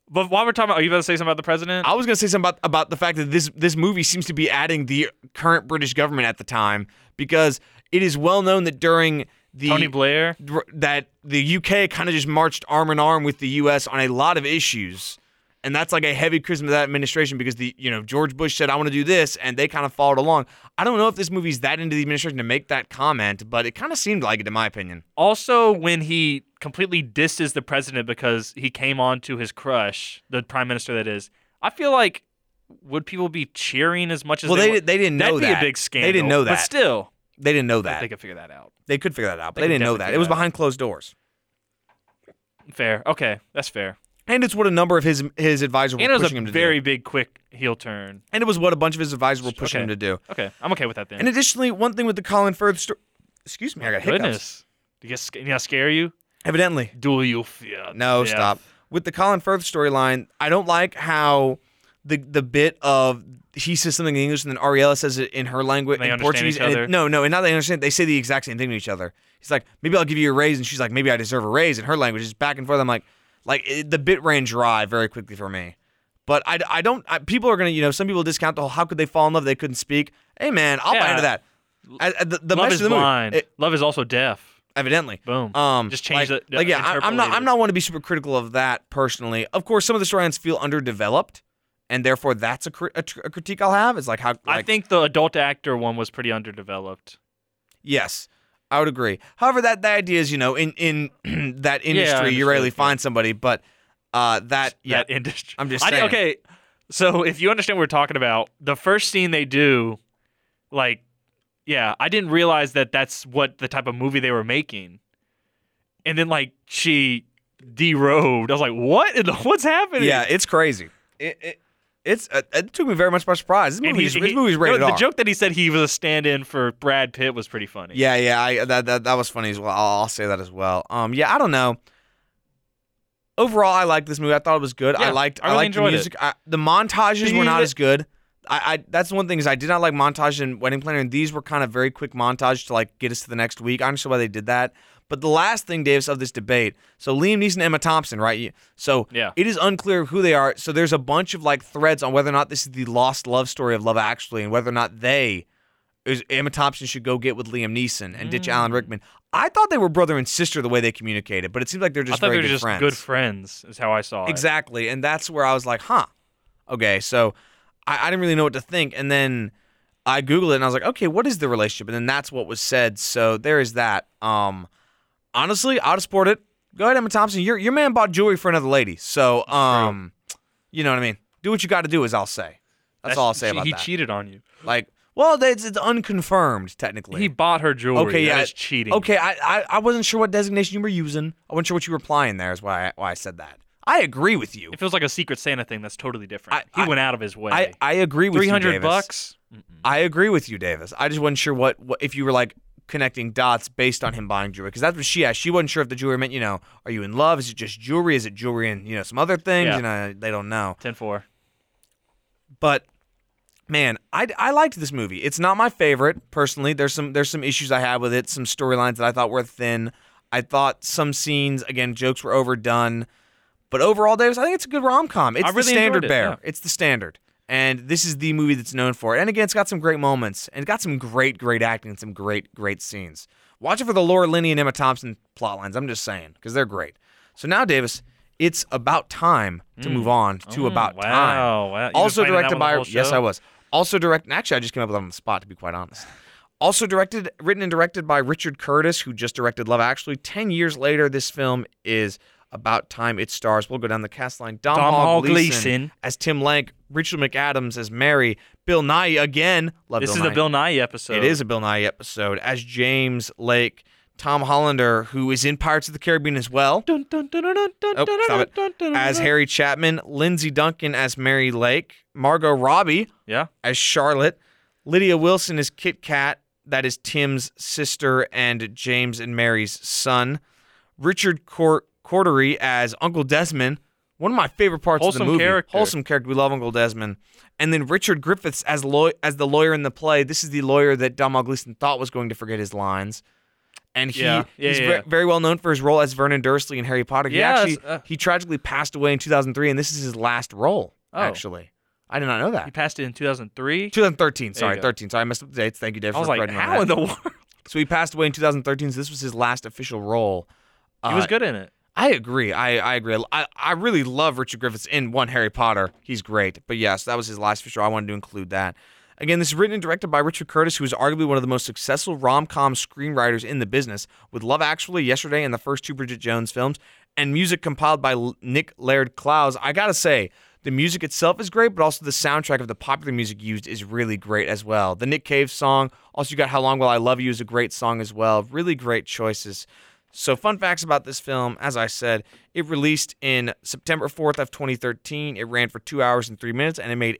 but while we're talking about, are you about to say something about the president? I was gonna say something about about the fact that this this movie seems to be adding the current British government at the time because it is well known that during the Tony Blair. that the UK kind of just marched arm in arm with the US on a lot of issues. and that's like a heavy criticism of that administration because the you know George Bush said I want to do this, and they kind of followed along. I don't know if this movie's that into the administration to make that comment, but it kind of seemed like it, in my opinion. Also, when he completely disses the president because he came on to his crush, the prime minister that is, I feel like would people be cheering as much as Well, they, they were? did- they didn't That'd know be that. a big scandal. They didn't know But that. still, They didn't know they that. could figure that out. They could figure that out, but They they, could didn't know definitely that. figure It was that out. behind closed doors. Fair. Okay, that's fair. And it's what a number of his his advisors And were it was pushing a him to very do. big, quick heel turn. And it was what a bunch of his advisors were pushing Okay. him to do. Okay, I'm okay with that then. And additionally, one thing with the Colin Firth story. Excuse me, I got hiccups. Goodness, you get sc- you know, how scare you? Evidently. Do you fear? No, death? stop. With the Colin Firth storyline, I don't like how the the bit of he says something in English and then Ariella says it in her language They in understand Portuguese. each and it- other. no, no, and now they understand. They say the exact same thing to each other. He's like, maybe I'll give you a raise, and she's like, maybe I deserve a raise in her language. It's back and forth. I'm like, like it, the bit ran dry very quickly for me. But I, I don't. I, people are gonna, you know, some people discount the whole. How could they fall in love? They couldn't speak. Hey man, I'll buy Yeah. into that. I, I- the the Love message is of the movie- blind. it- Love is also deaf. evidently. Boom. Um, Just change like, the- Like, yeah, I, interpolate I'm not. I'm it. not one to be super critical of that personally. Of course, some of the storylines feel underdeveloped, and therefore that's a, cri- a, tr- a critique I'll have. Is like how. I like- think the adult actor one was pretty underdeveloped. yes, I would agree. However, that the idea is you know in in that industry you understood, rarely yeah. find somebody, but uh that yeah That industry. I'm just I- saying. okay, so if you understand what we're talking about, the first scene they do, like, yeah, I didn't realize that that's what the type of movie they were making, and then like she derobed. I was like, what? in the- What's happening? yeah it's crazy. It, it it's uh, it took me very much by surprise. This And movie's, he's- this he- movie's rated no, the R. joke that he said he was a stand-in for Brad Pitt was pretty funny. Yeah, yeah, I, that, that that was funny as well. I'll, I'll say that as well. Um, yeah, I don't know. Overall, I liked this movie. I thought it was good. I Yeah, liked. I really liked the enjoyed it. music. I, the montages were not The- as good. I, I that's one thing is I did not like montage in Wedding Planner, and these were kind of very quick montage to like get us to the next week. I understand why they did that. But the last thing, Davis, of this debate. So Liam Neeson, Emma Thompson, right? You- So Yeah. it is unclear who they are. So there's a bunch of like threads on whether or not this is the lost love story of Love Actually, and whether or not they is Emma Thompson should go get with Liam Neeson and Mm. ditch Alan Rickman. I thought they were brother and sister the way they communicated, but it seems like they're I just thought very they were good just friends. good friends. Is how I saw it. exactly, and that's where I was like, huh, okay. So I, I didn't really know what to think, and then I googled it and I was like, okay, what is the relationship? And then that's what was said. So there is that. Um, honestly, I'd support it. Go ahead, Emma Thompson. Your your man bought jewelry for another lady, so um, you know what I mean. Do what you got to do, is I'll say. That's, all I'll say she- about he that. cheated on you. like, well, that's it's unconfirmed technically. He bought her jewelry. Okay, yeah, that is cheating. Okay, I, I I wasn't sure what designation you were using. I wasn't sure what you were applying there. Is why I, why I said that. I agree with you. It feels like a Secret Santa thing that's totally different. I- he I- went out of his way. I, I agree with you, Three hundred Davis. bucks. I agree with you, Davis. I just wasn't sure what, what if you were like connecting dots based on him buying jewelry because that's what she asked. She wasn't sure if the jewelry meant you know are you in love? Is it just jewelry? Is it jewelry and you know some other things? Yeah. You know they don't know. Ten four. But man, I, I liked this movie. It's not my favorite personally. There's some there's some issues I had with it. Some storylines that I thought were thin. I thought some scenes again jokes were overdone. But overall, Davis, I think it's a good rom com. It's I the really standard enjoyed it, bear. yeah. It's the standard. And this is the movie that's known for it. And again, it's got some great moments and it got some great, great acting, and some great, great scenes. Watch it for the Laura Linney and Emma Thompson plot lines. I'm just saying, because they're great. So now, Davis, it's about time to move on to About Mm. Hmm, Oh, wow, Time wow. You've been also planning that directed one the by whole yes show? i was also directed actually i just came up with that on the spot to be quite honest also directed written and directed by richard curtis who just directed love actually 10 years later this film is about time it stars we'll go down the cast line dom, Dom hall Hall gleason Gleason. as tim lank rachel mcadams as mary bill nye again love This bill is nye. the Bill Nye episode. It is a Bill Nye episode as James Lake, Tom Hollander, who is in Pirates of the Caribbean as well. Oh, stop it. As Harry Chapman, Lindsay Duncan as Mary Lake, Margot Robbie Yeah. as Charlotte, Lydia Wilson as Kit Kat, that is Tim's sister and James and Mary's son, Richard Cor- Cordery as Uncle Desmond, one of my favorite parts of Wholesome the movie. character. Wholesome character. We love Uncle Desmond. And then Richard Griffiths as law- as the lawyer in the play. This is the lawyer that Domhnall Gleeson thought was going to forget his lines. And he, Yeah. Yeah, he's yeah, ve- yeah. very well known for his role as Vernon Dursley in Harry Potter. He Yeah, actually, that's- uh. he tragically passed away in 2003, and this is his last role, Oh. actually. I did not know that. He passed it in 2003. 2013. There Sorry, you go. 13. Sorry, I messed up the dates. Thank you, Dave. I was for like, correcting me on how that. in the world? So he passed away in 2013. So this was his last official role. He Uh, was good in it. I agree. I, I agree. I, I really love Richard Griffiths in one Harry Potter. He's great. But yes, that was his last for sure. I wanted to include that. Again, this is written and directed by Richard Curtis, who is arguably one of the most successful rom com screenwriters in the business, with Love Actually, Yesterday, and the first two Bridget Jones films, and music compiled by L- Nick Laird Clowes. I gotta say, the music itself is great, but also the soundtrack of the popular music used is really great as well. The Nick Cave song, also you got How Long Will I Love You is a great song as well. Really great choices. So, fun facts about this film, as I said, it released in September 4th of 2013. It ran for two hours and three minutes, and it made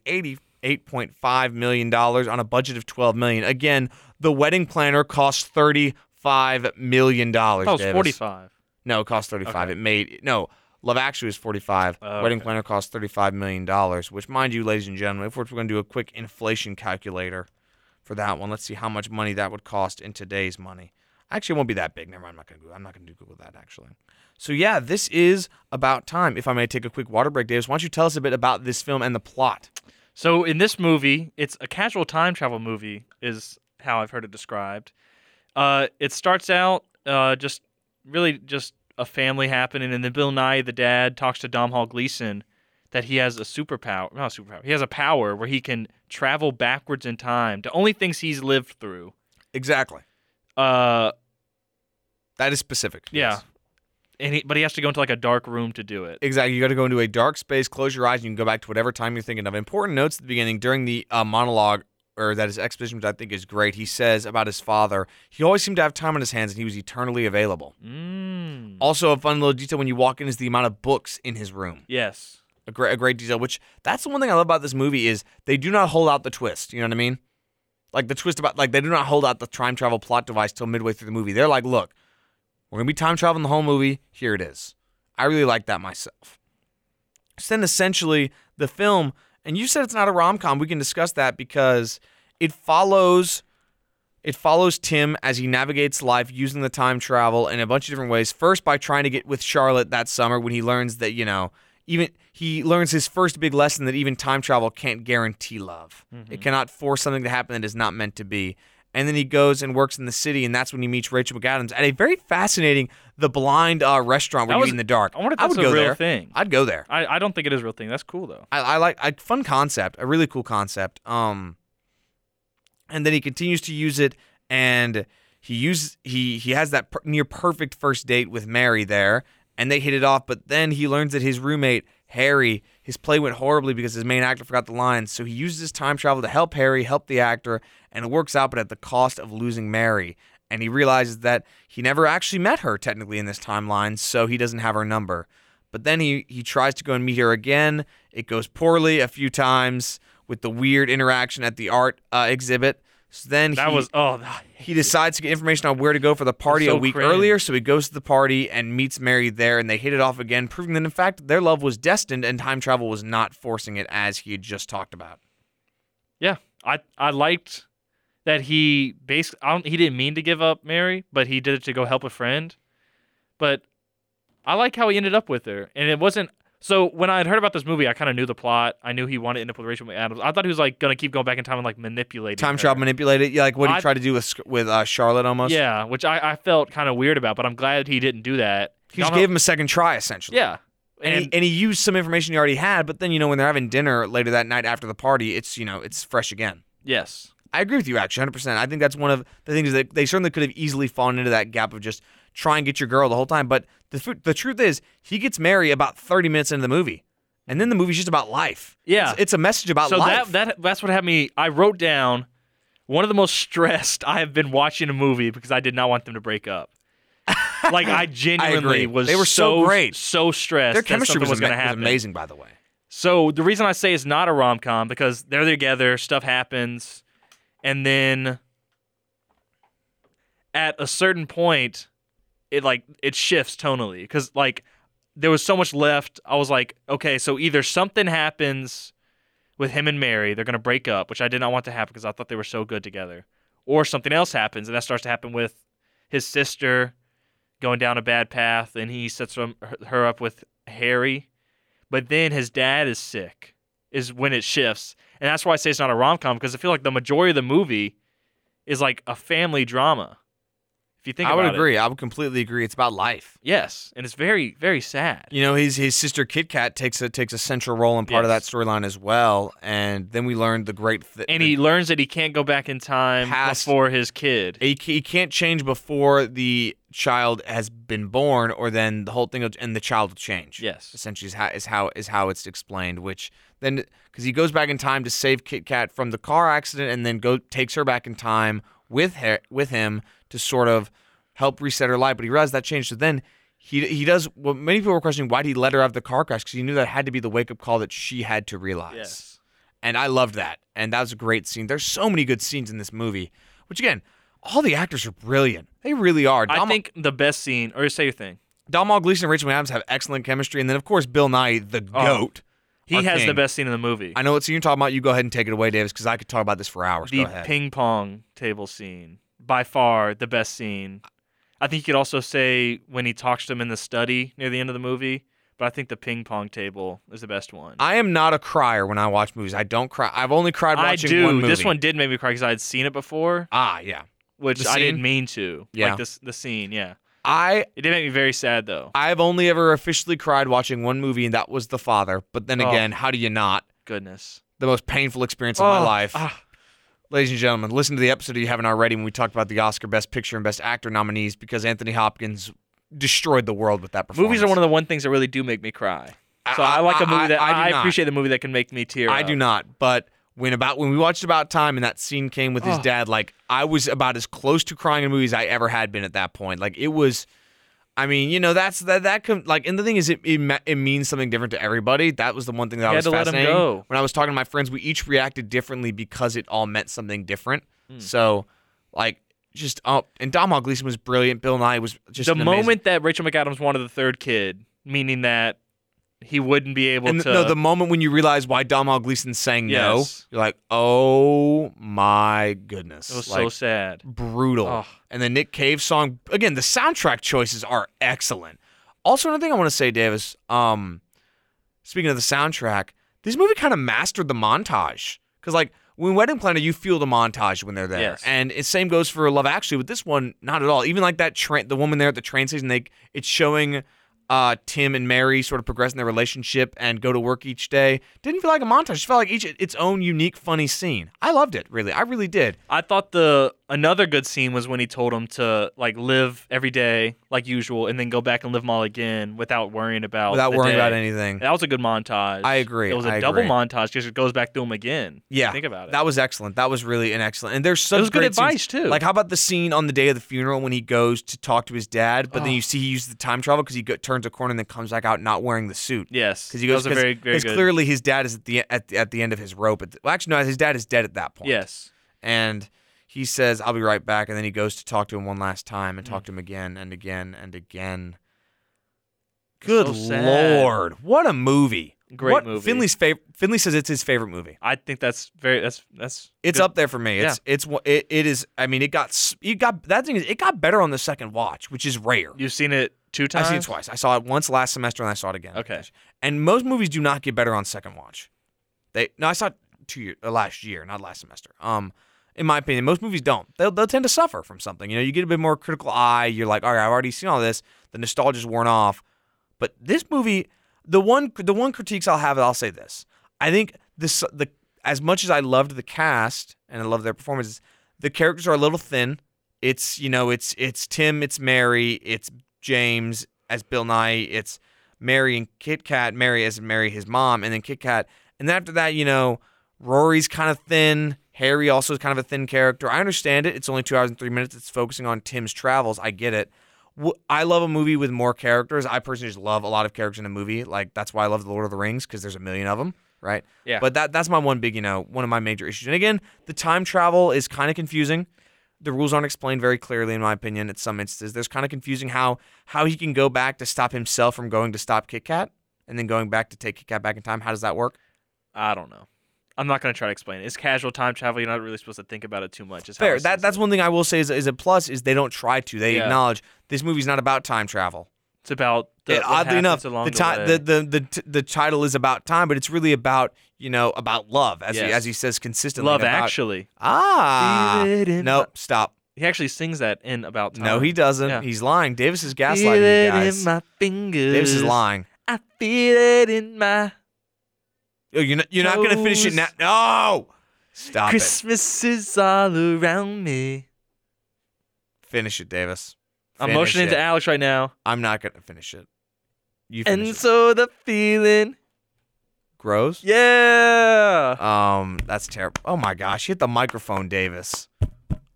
88.5 million dollars on a budget of 12 million. Again, the wedding planner cost 35 million dollars. That was 45. No, it cost 35. It made no. Love Actually was 45. Oh, Wedding okay. Planner cost 35 million dollars, which mind you, ladies and gentlemen, if we're going to do a quick inflation calculator for that one, let's see how much money that would cost in today's money. Actually, it won't be that big. Never mind. I'm not going to. I'm not going to Google that actually. So yeah, this is about time. If I may take a quick water break, Davis, why don't you tell us a bit about this film and the plot? So in this movie, it's a casual time travel movie, is how I've heard it described. Uh, it starts out uh, just really just a family happening, and then Bill Nye, the dad, talks to Dom Hall Gleason that he has a superpower, not a superpower, he has a power where he can travel backwards in time to only things he's lived through. Exactly. Uh, That is specific. yeah. Yes. And he, but he has to go into like a dark room to do it. Exactly. You got to go into a dark space, close your eyes, and you can go back to whatever time you're thinking of. Important notes at the beginning during the uh, monologue, or that is exposition, which I think is great. He says about his father, he always seemed to have time on his hands and he was eternally available. Mm-hmm. Mm. Also, a fun little detail when you walk in is the amount of books in his room. Yes. A great, a great detail, which that's the one thing I love about this movie is they do not hold out the twist. You know what I mean? Like the twist about, like, they do not hold out the time travel plot device till midway through the movie. They're like, look, we're going to be time traveling the whole movie. Here it is. I really like that myself. So then essentially the film, and you said it's not a rom com. We can discuss that because it follows it follows Tim as he navigates life using the time travel in a bunch of different ways. First by trying to get with Charlotte that summer when he learns that, you know, even he learns his first big lesson that even time travel can't guarantee love. Mm-hmm. It cannot force something to happen that is not meant to be. And then he goes and works in the city, and that's when he meets Rachel McAdams at a very fascinating The Blind uh, restaurant where That you was- eat in the dark. I wonder if I that's would a go real there. thing. I'd go there. I, I don't think it is a real thing. That's cool though. I, I like I fun concept, a really cool concept. Um, and then he continues to use it, and he uses he he has that per- near perfect first date with Mary there, and they hit it off. But then he learns that his roommate Harry, his play went horribly because his main actor forgot the lines. So he uses his time travel to help Harry, help the actor, and it works out, but at the cost of losing Mary. And he realizes that he never actually met her technically in this timeline, so he doesn't have her number. But then he he tries to go and meet her again. It goes poorly a few times with the weird interaction at the art uh, exhibit. So then That he, was oh. I he decides to get information on where to go for the party so a week cringe. earlier. So he goes to the party and meets Mary there, and they hit it off again, proving that in fact their love was destined and time travel was not forcing it as he had just talked about. Yeah, I I liked that he basically I don't, he didn't mean to give up Mary, but he did it to go help a friend. But I like how he ended up with her, and it wasn't. So when I had heard about this movie, I kind of knew the plot. I knew he wanted to end up with Rachel McAdams. I thought he was like gonna keep going back in time and like manipulate Time travel manipulated, yeah, like what he I- tried to do with Sc- with uh, Charlotte almost. Yeah, which I, I felt kind of weird about, but I'm glad he didn't do that. he just Dom- gave him a second try essentially. yeah, And, he, and he used some information he already had, but then you know when they're having dinner later that night after the party, it's you know it's fresh again. yes, I agree with you actually, hundred percent. I think that's one of the things that they certainly could have easily fallen into that gap of just try and get your girl the whole time. But the fu- the truth is, he gets Mary about thirty minutes into the movie, and then the movie's just about life. Yeah. it's, it's a message about so life. that that that's what had me. I wrote down one of the most stressed I have been watching a movie because I did not want them to break up. like I genuinely agree. was. They were so great. so stressed. Their that chemistry something was, was going to ama- happen. amazing, by the way. So the reason I say it's not a rom com because they're together, stuff happens, and then at a certain point, it like it shifts tonally because like there was so much left. I was like, okay, so either something happens with him and Mary, they're gonna break up, which I did not want to happen because I thought they were so good together, or something else happens, and that starts to happen with his sister going down a bad path, and he sets him- her up with Harry but then his dad is sick is when it shifts and that's why i say it's not a rom-com because i feel like the majority of the movie is like a family drama If you think I would about it. agree. I would completely agree. It's about life. Yes, and it's very very sad. You know, his his sister Kit Kat takes a takes a central role in part of that Yes. storyline as well. And then we learned the great th- and he learns that he can't go back in time Past- before his kid. he, ca- he can't change before the child has been born, or then the whole thing will, and the child will change. Yes. essentially is how is how is how it's explained. Which then because he goes back in time to save Kit Kat from the car accident, and then go takes her back in time with her with him to sort of help reset her life. But he realized that changed. So then. He, he does what many people were questioning why did he let her out of the car crash because he knew that had to be the wake up call that she had to realize Yes. and I loved that. And that was a great scene. There's so many good scenes in this movie, which again, all the actors are brilliant. They really are. I Dom, think the best scene, or say your thing. Domhnall Gleeson and Rachel McAdams have excellent chemistry, and then of course Bill Nye, the goat. Oh, He our has the king. best scene in the movie. I know what scene you're talking about. You go ahead and take it away, Davis, because I could talk about this for hours. the go ahead. ping pong table scene, by far the best scene. I think you could also say when he talks to him in the study near the end of the movie, but I think the ping pong table is the best one. I am not a crier when I watch movies. I don't cry. I've only cried I watching do. one movie. This one did make me cry because I had seen it before, Ah, yeah. which The I scene? didn't mean to. Yeah. Like this, the scene. Yeah, I it did make me very sad though. I've only ever officially cried watching one movie, and that was The Father. But then Oh. again, how do you not? Goodness. The most painful experience of my Oh, life. ah. Ladies and gentlemen, listen to the episode if you haven't already when we talked about the Oscar Best Picture and Best Actor nominees because Anthony Hopkins destroyed the world with that performance. Movies are one of the one things that really do make me cry. I- So I, like a movie that I- I, I do not. appreciate the movie that can make me tear. I do up. not, but when about when we watched About Time and that scene came with his Oh. dad, like I was about as close to crying in movies I ever had been at that point. Like it was, I mean, you know, that's that that com- like and the thing is, it it, me- it means something different to everybody. That was the one thing that I You had was to let him fascinating. go. When I was talking to my friends, we each reacted differently because it all meant something different. Hmm. So, like. Just oh, and Domhnall Gleeson was brilliant. Bill Nye was just the an amazing- moment that Rachel McAdams wanted the third kid, meaning that he wouldn't be able And to. no, the moment when you realize why Domhnall Gleeson's saying Yes. no, you're like, oh my goodness, it was so like sad. brutal. Ugh. And the Nick Cave song again. The soundtrack choices are excellent. Also, another thing I want to say, Davis. Um, speaking of the soundtrack, this movie kind of mastered the montage because, like, when Wedding Planner, you feel the montage when they're there, Yes. and it same goes for Love Actually. With this one, not at all. Even like that train, the woman there at the train station, they it's showing. Uh, Tim and Mary sort of progressing their relationship and go to work each day. Didn't feel like a montage. It felt like each its own unique, funny scene. I loved it, really. I really did. I thought the another good scene was when he told him to like live every day like usual, and then go back and live them all again without worrying about Without the worrying day. about anything. That was a good montage. I agree, It was a I double agree. montage because it goes back to him again. Yeah, Think about it. That was excellent. That was really an excellent. And there's such was good great scenes. advice, too. Like how about the scene on the day of the funeral when he goes to talk to his dad, but then you see he uses the time travel because he go- turns a corner and then comes back out not wearing the suit. yes, because he that was goes a very very because good. clearly his dad is at the at the, at the end of his rope. At the, well, actually, no, his dad is dead at that point. yes. and he says, "I'll be right back," and then he goes to talk to him one last time and Mm. talk to him again and again and again. Good so sad. lord, what a movie! Great What- movie. Finley's favorite. Finley says it's his favorite movie. I think that's very that's that's It's good. up there for me. It's it's one- it, it is. I mean, it got s- it got that thing is it got better on the second watch, which is rare. You've seen it two I've times. seen it twice. I saw it once last semester and I saw it again. Okay. And most movies do not get better on second watch. They no, I saw it two year uh, last year, not last semester. Um, in my opinion, most movies don't. They'll they'll tend to suffer from something. You know, you get a bit more critical eye. You're like, all right, I've already seen all this. The nostalgia's worn off. But this movie, the one the one critiques I'll have, I'll say this. I think this the as much as I loved the cast and I love their performances, the characters are a little thin. It's you know, it's it's Tim, it's Mary, it's James as Bill Nye, it's Mary and Kit Kat, Mary as Mary his mom, and then Kit Kat. And then after that, you know, Rory's kind of thin. Harry also is kind of a thin character. I understand it. It's only two hours and three minutes. It's focusing on Tim's travels. I get it. Wh- I love a movie with more characters. I personally just love a lot of characters in a movie. Like that's why I love The Lord of the Rings because there's a million of them, right? Yeah. But that that's my one big, you know, one of my major issues. And again, the time travel is kind of confusing. The rules aren't explained very clearly, in my opinion. At some instances, there's kind of confusing how how he can go back to stop himself from going to stop Kit Kat and then going back to take Kit Kat back in time. How does that work? I don't know. I'm not gonna try to explain it. It's casual time travel. You're not really supposed to think about it too much. Is how I Fair. see That it. that's one thing I will say is, is a plus is they don't try to. They Yeah. acknowledge this movie's not about time travel. It's about the, It- what oddly happens enough, along the, the, ti- way. the, the the t- the title is about time, but it's really about you know about love, as he Yes. as he says consistently. love about- actually. Ah, Feel it in nope. Stop. He actually sings that in about time. No, he doesn't. Yeah. He's lying. Davis is Feel gaslighting you it guys. in my fingers. Davis is lying. I feel it in my Oh, you're not, you're not gonna finish it now. Toes. No, stop it. Christmas is all around me. Finish it, Davis. I'm Finish motioning it. to Alex right now. I'm not gonna finish it. You And finish it. so the feeling. Gross. Yeah. Um, that's terrible. Oh my gosh, hit the microphone, Davis.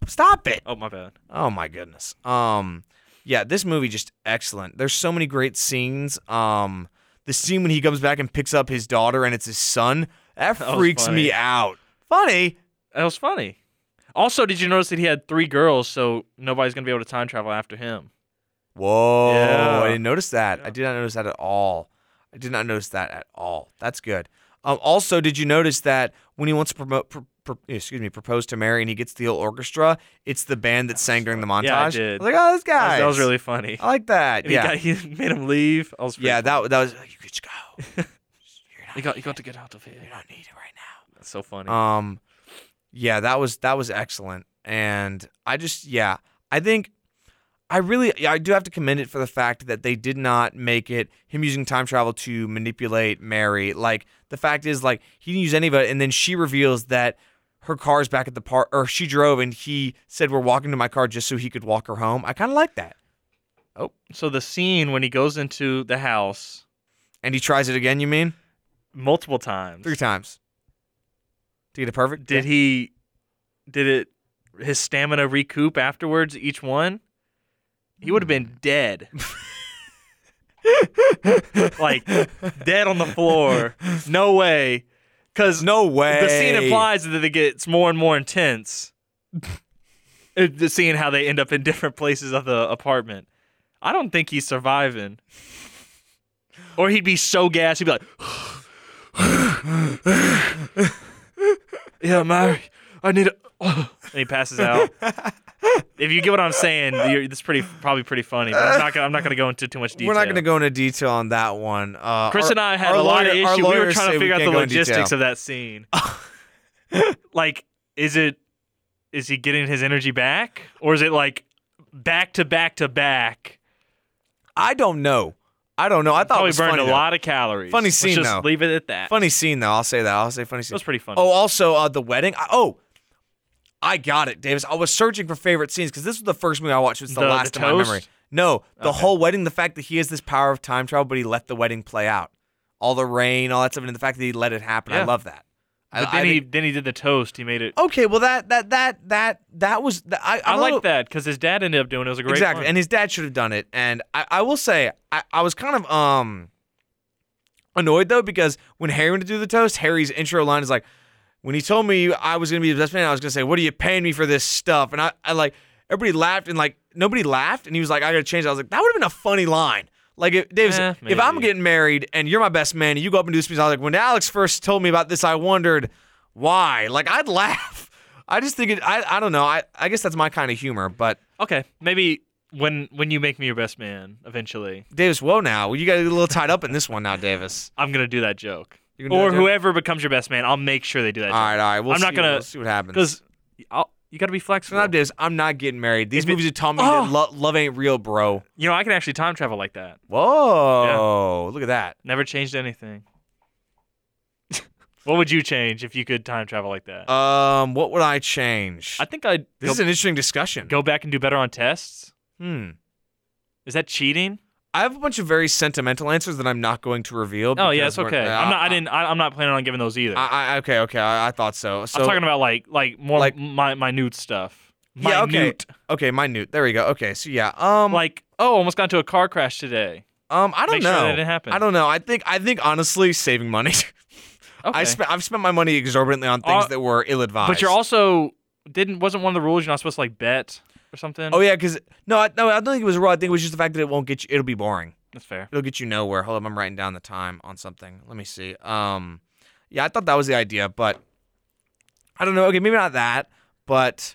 Stop it. Oh my bad. Oh my goodness. Um, yeah, this movie just excellent. There's so many great scenes. Um, the scene when he comes back and picks up his daughter and it's his son that, That was freaks funny. me out. Funny. That was funny. Also, did you notice that he had three girls, so nobody's gonna be able to time travel after him? Whoa, Yeah. I didn't notice that. I Yeah. did not notice that at all. I did not notice that at all. That's good. Um, also, did you notice that when he wants to promote, pro, pro- excuse me, propose to Mary and he gets the whole orchestra, it's the band that sang during the montage? Yeah, I did. was like, oh, this That was- guy. That was really funny. I like that. And yeah. he, got, he made him leave. I was pretty yeah, cool. that that was you could just go. You're not, He got he got to get out of you here. don't need it right now. That's so funny. Um, yeah, that was that was excellent, and I just yeah, I think I really yeah, I do have to commend it for the fact that they did not make it him using time travel to manipulate Mary. Like the fact is like he didn't use any of it, and then she reveals that. Her car's back at the park, or she drove, and he said, "We're walking to my car just so he could walk her home." I kind of like that. Oh, so the scene when he goes into the house And he tries it again. You mean multiple times. three times to get it perfect? Did he? Did it? His stamina recoup afterwards. Each one. He would have Hmm. been dead, like dead on the floor. No way, because No way. the scene implies that it gets more and more intense. It- the- Seeing how they end up in different places of the apartment, I don't think he's surviving. Or he'd be so gassed, he'd be like, "Yeah, Mary, I need a." and he passes out. If you get what I'm saying, you're, it's pretty probably pretty funny. But I'm not gonna, I'm not gonna go into too much detail. We're not going to go into detail on that one. Uh, Chris our- and I had our a lot of lawyer- our issues. We were lawyers trying say to we figure out can't the go into logistics detail. of that scene. like, is it is he getting his energy back, or is it like back to back to back? I don't know. I don't know. I thought it Probably was burned funny, a though. lot of calories. Funny Let's scene, just though. Leave it at that. Funny scene though. I'll say that. I'll say funny It scene. was pretty funny. Oh, also uh, the wedding. I, oh, I got it, Davis. I was searching for favorite scenes because this was the first movie I watched. It's the, The- the last in my toast? memory. No, the whole wedding. The fact that he has this power of time travel, but he let the wedding play out. All the rain, all that stuff, and the fact that he let it happen. I Yeah. love that. I, but I then he think- then he did the toast. He made it. Okay, well that that that that that was. That, I I I'm a little- like that because his dad ended up doing. It It was a great exactly. one. And his dad should have done it. And I, I will say, I, I was kind of um annoyed though because when Harry went to do the toast, Harry's intro line is like, "When he told me I was gonna be the best man, I was gonna say, what are you paying me for this stuff?" And I, I like everybody laughed and like nobody laughed, and he was like, "I gotta change." It. I was like, that would have been a funny line. Like if Davis, Eh, if I'm maybe. getting married and you're my best man, and you go up and do speeches, I was like, when Alex first told me about this, I wondered why. Like I'd laugh. I just think it. I, I don't know. I, I guess that's my kind of humor, but okay, maybe when when you make me your best man eventually, Davis, whoa now. You got a little tied up in this one now, Davis. I'm gonna do that joke. You gonna do Or that joke? whoever becomes your best man, I'll make sure they do that. All joke. right, all right. We'll I'm see, not gonna- we'll see what happens. because I'll- you got to be Listen flexible. up, Davis, I'm not getting married. These If it- movies have taught me Oh! that lo- love ain't real, bro. You know, I can actually time travel like that. Whoa. Look at that. Never changed anything. what would you change if you could time travel like that? Um, what would I change? I think I'd this go, is an interesting discussion. go back and do better on tests. Hmm. Is that cheating? I have a bunch of very sentimental answers that I'm not going to reveal. Oh yeah, because it's we're- okay. uh, I'm not. I didn't. I, I'm not planning on giving those either. I, I, I, okay, okay. I, I thought so. So am talking about like like more like- mi- minute stuff. Yeah, okay. Minute. okay, minute. There we go. Okay, so yeah. Um, Like oh, almost got into a car crash today. um, I don't Make know. sure that didn't happen. I don't know. I think I think honestly, saving money. Okay. I spent I've spent my money exorbitantly on things Uh, that were ill advised. but you're also didn't wasn't one of the rules you're not supposed to like bet or something. Oh yeah, because no, I, no, I don't think it was raw. I think it was just the fact that it won't get you. It'll be boring. that's fair. It'll get you nowhere. Hold up, I'm writing down the time on something. Let me see. Um, yeah, I thought that was the idea, but I don't know. Okay, maybe not that, but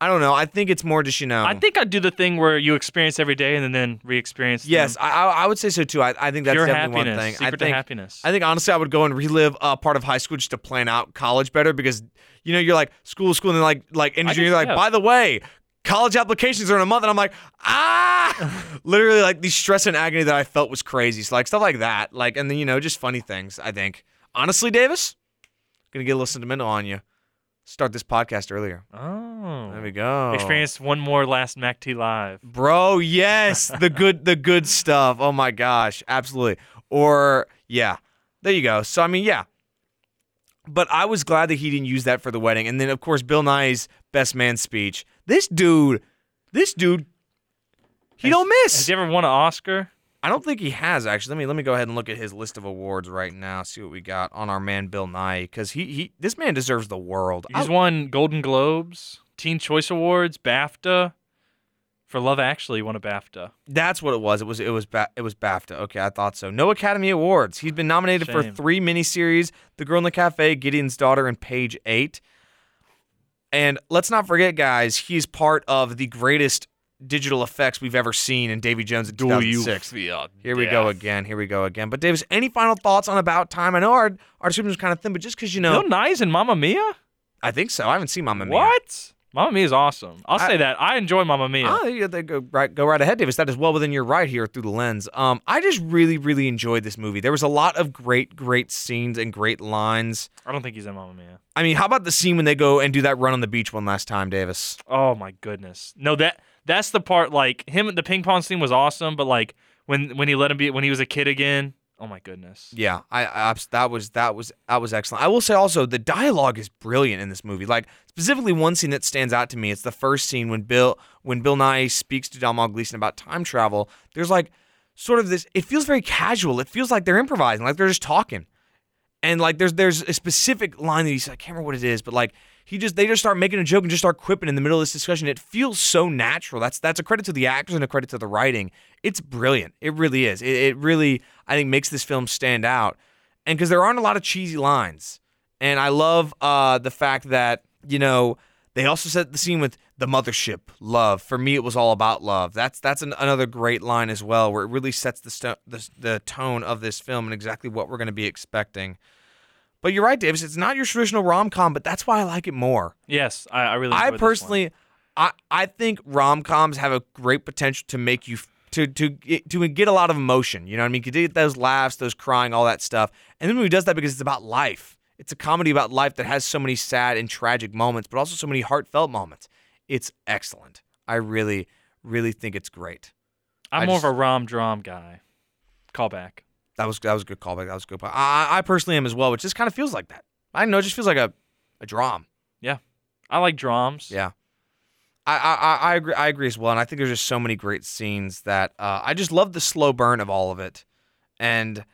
I don't know. I think it's more just you know. I think I'd do the thing where you experience every day and then re-experience. yes, them. I I I would say so too. I, I think that's pure definitely happiness, one thing. secret I to think happiness. I think honestly, I would go and relive a part of high school just to plan out college better because you know you're like school, school, and then like like I engineering. just- You're like, yeah. by the way, college applications are in a month, and I'm like, ah, literally like the stress and agony that I felt was crazy. So like stuff like that, like and then you know just funny things. I think honestly, Davis, gonna get a little sentimental on you. Start this podcast earlier. Oh. There we go. Experience one more last Mac T live. Bro, yes, the good the good stuff. Oh my gosh, absolutely. Or yeah. There you go. So I mean, yeah. But I was glad that he didn't use that for the wedding. And then of course Bill Nye's best man speech. This dude, this dude he Has- don't Has miss. he ever won an Oscar? I don't think he has actually. Let me let me go ahead and look at his list of awards right now. See what we got on our man Bill Nye cuz he he this man deserves the world. I- He's won Golden Globes, Teen Choice Awards, BAFTA. For Love Actually, won a BAFTA. That's what it was. It was it was ba- it was BAFTA. Okay, I thought so. No Academy Awards. He's been nominated for Shame. three miniseries: The Girl in the Cafe, Gideon's Daughter, and Page Eight. And let's not forget, guys, he's part of the greatest digital effects we've ever seen in Davy Jones in 2006. Here we go again. Here we go again. But Davis, any final thoughts on About Time? I know our our description was kind of thin, but just because you know, Bill Nye's in Mamma Mia? I think so. I haven't seen Mamma Mia. What? Mamma Mia is awesome. I'll I- say that. I enjoy Mamma Mia. Oh, you they go right, go right ahead, Davis. That is well within your right here through the lens. Um, I just really, really enjoyed this movie. There was a lot of great, great scenes and great lines. I don't think he's in Mamma Mia. I mean, how about the scene when they go and do that run on the beach one last time, Davis? Oh my goodness. No, that that's the part. Like him, the ping pong scene was awesome, but like when when he let him be when he was a kid again. Oh my goodness. Yeah, I, I abs- that was that was that was excellent. I will say also the dialogue is brilliant in this movie. Like specifically one scene that stands out to me. It's the first scene when Bill when Bill Nye speaks to Dalmal Gleason about time travel. There's like sort of this. It feels very casual. It feels like they're improvising, like they're just talking. And like there's there's a specific line that he said, I can't remember what it is, but like he just they just start making a joke and just start quipping in the middle of this discussion. It feels so natural. That's that's a credit to the actors and a credit to the writing. It's brilliant. It really is. It, it really I think makes this film stand out. And because there aren't a lot of cheesy lines. And I love uh, the fact that, you know, they also set the scene with the mothership, love. For me, it was all about love. That's that's an, another great line as well, where it really sets the, sto- the the tone of this film and exactly what we're going to be expecting. But you're right, Davis. It's not your traditional rom com, but that's why I like it more. Yes, I, I really. enjoyed I this one. personally, I I think rom coms have a great potential to make you f- to to get- to get a lot of emotion. You know what I mean? You get those laughs, those crying, all that stuff. And the movie does that because it's about life. It's a comedy about life that has so many sad and tragic moments, but also so many heartfelt moments. It's excellent. I really, really think it's great. I'm I more just- of a rom drom guy. Call back. That was that was a good callback. That was a good. po- I I personally am as well, which just kind of feels like that. I don't know. It just feels like a a drama. I like drums. Yeah. I, I, I- I agree I agree as well, and I think there's just so many great scenes that uh, I just love the slow burn of all of it, and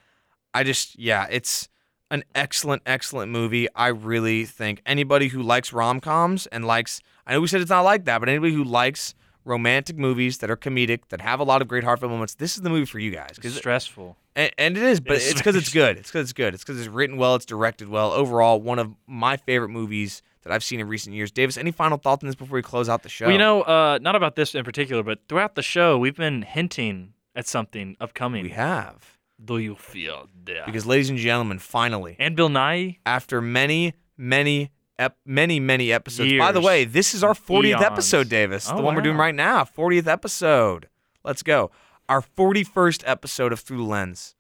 I just yeah, it's an excellent excellent movie. I really think anybody who likes rom coms and likes I know we said it's not like that, but anybody who likes romantic movies that are comedic that have a lot of great heartfelt moments, this is the movie for you guys It's because stressful. and, and it is, but It's it's because it's good. It's because it's good. It's because it's written well. It's directed well. Overall, one of my favorite movies that I've seen in recent years. Davis, any final thoughts on this before we close out the show? Well, you know, uh, not about this in particular, but throughout the show, we've been hinting at something upcoming. we have Do you feel that? because, ladies and gentlemen, finally, and Bill Nye. after many, many, ep- many, many episodes. By the Years. way, this is our 40th Eons. episode, Davis. Oh, the one we're doing wow. right now, 40th episode. Let's go. Our 41st episode of Through the Lens.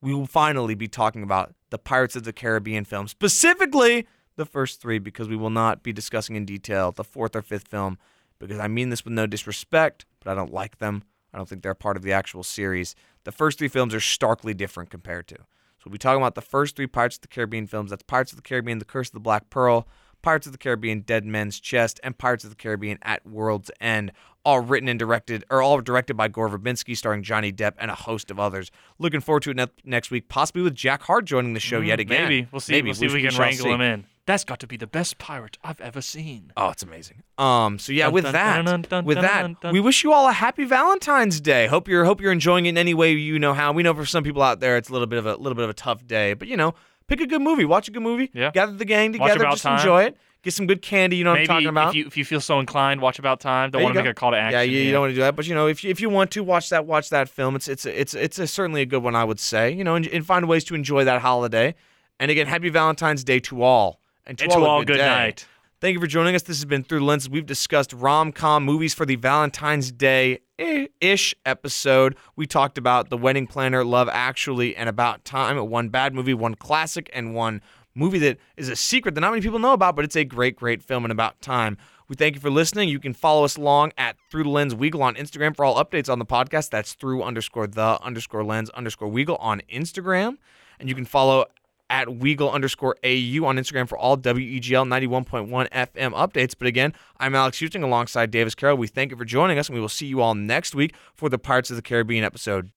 We will finally be talking about the Pirates of the Caribbean film, specifically the first three, because we will not be discussing in detail the fourth or fifth film, because I mean this with no disrespect, but I don't like them. I don't think they're part of the actual series. The first three films are starkly different compared to. So we'll be talking about the first three Pirates of the Caribbean films. That's Pirates of the Caribbean, The Curse of the Black Pearl, Pirates of the Caribbean, Dead Men's Chest, and Pirates of the Caribbean at World's End, all written and directed, or all directed by Gore Verbinski, starring Johnny Depp and a host of others. Looking forward to it ne- next week, possibly with Jack Hart joining the show yet again. Mm-hmm. Hmm, Maybe we'll see. We'll see if we, can shall wrangle see. him in. That's got to be the best pirate I've ever seen. Oh, it's amazing. Um, so yeah, Dun, with dun, that, dun, dun, dun, with dun, that, dun, dun. we wish you all a happy Valentine's Day. Hope you're hope you're enjoying it in any way you know how. We know for some people out there, it's a little bit of a little bit of a tough day, but you know, pick a good movie, watch a good movie, Yeah. gather the gang Watch together, About just Time. enjoy it, get some good candy. You know Maybe what I'm talking about? if you if you feel so inclined, watch About Time. Don't There you want to go. make a call to action. Yeah, you, you here. don't want to do that, but you know, if you, if you want to watch that, watch that film. It's it's it's it's a, certainly a good one, I would say. You know, and, and find ways to enjoy that holiday. And again, happy Valentine's Day to all, and to, And to all, a good day. night. Thank you for joining us. This has been Through the Lenses. We've discussed rom com movies for the Valentine's Day ish episode. We talked about The Wedding Planner, Love Actually, and About Time, one bad movie, one classic, and one movie that is a secret that not many people know about, but it's a great, great film and about time. We thank you for listening. You can follow us along at Through the Lens Weagle on Instagram for all updates on the podcast. That's through underscore the underscore lens underscore Weagle on Instagram. And you can follow at Weagle underscore AU on Instagram for all E WEGL 91.1 FM updates. But again, I'm Alex Houston alongside Davis Carroll. We thank you for joining us, and we will see you all next week for the Pirates of the Caribbean episode.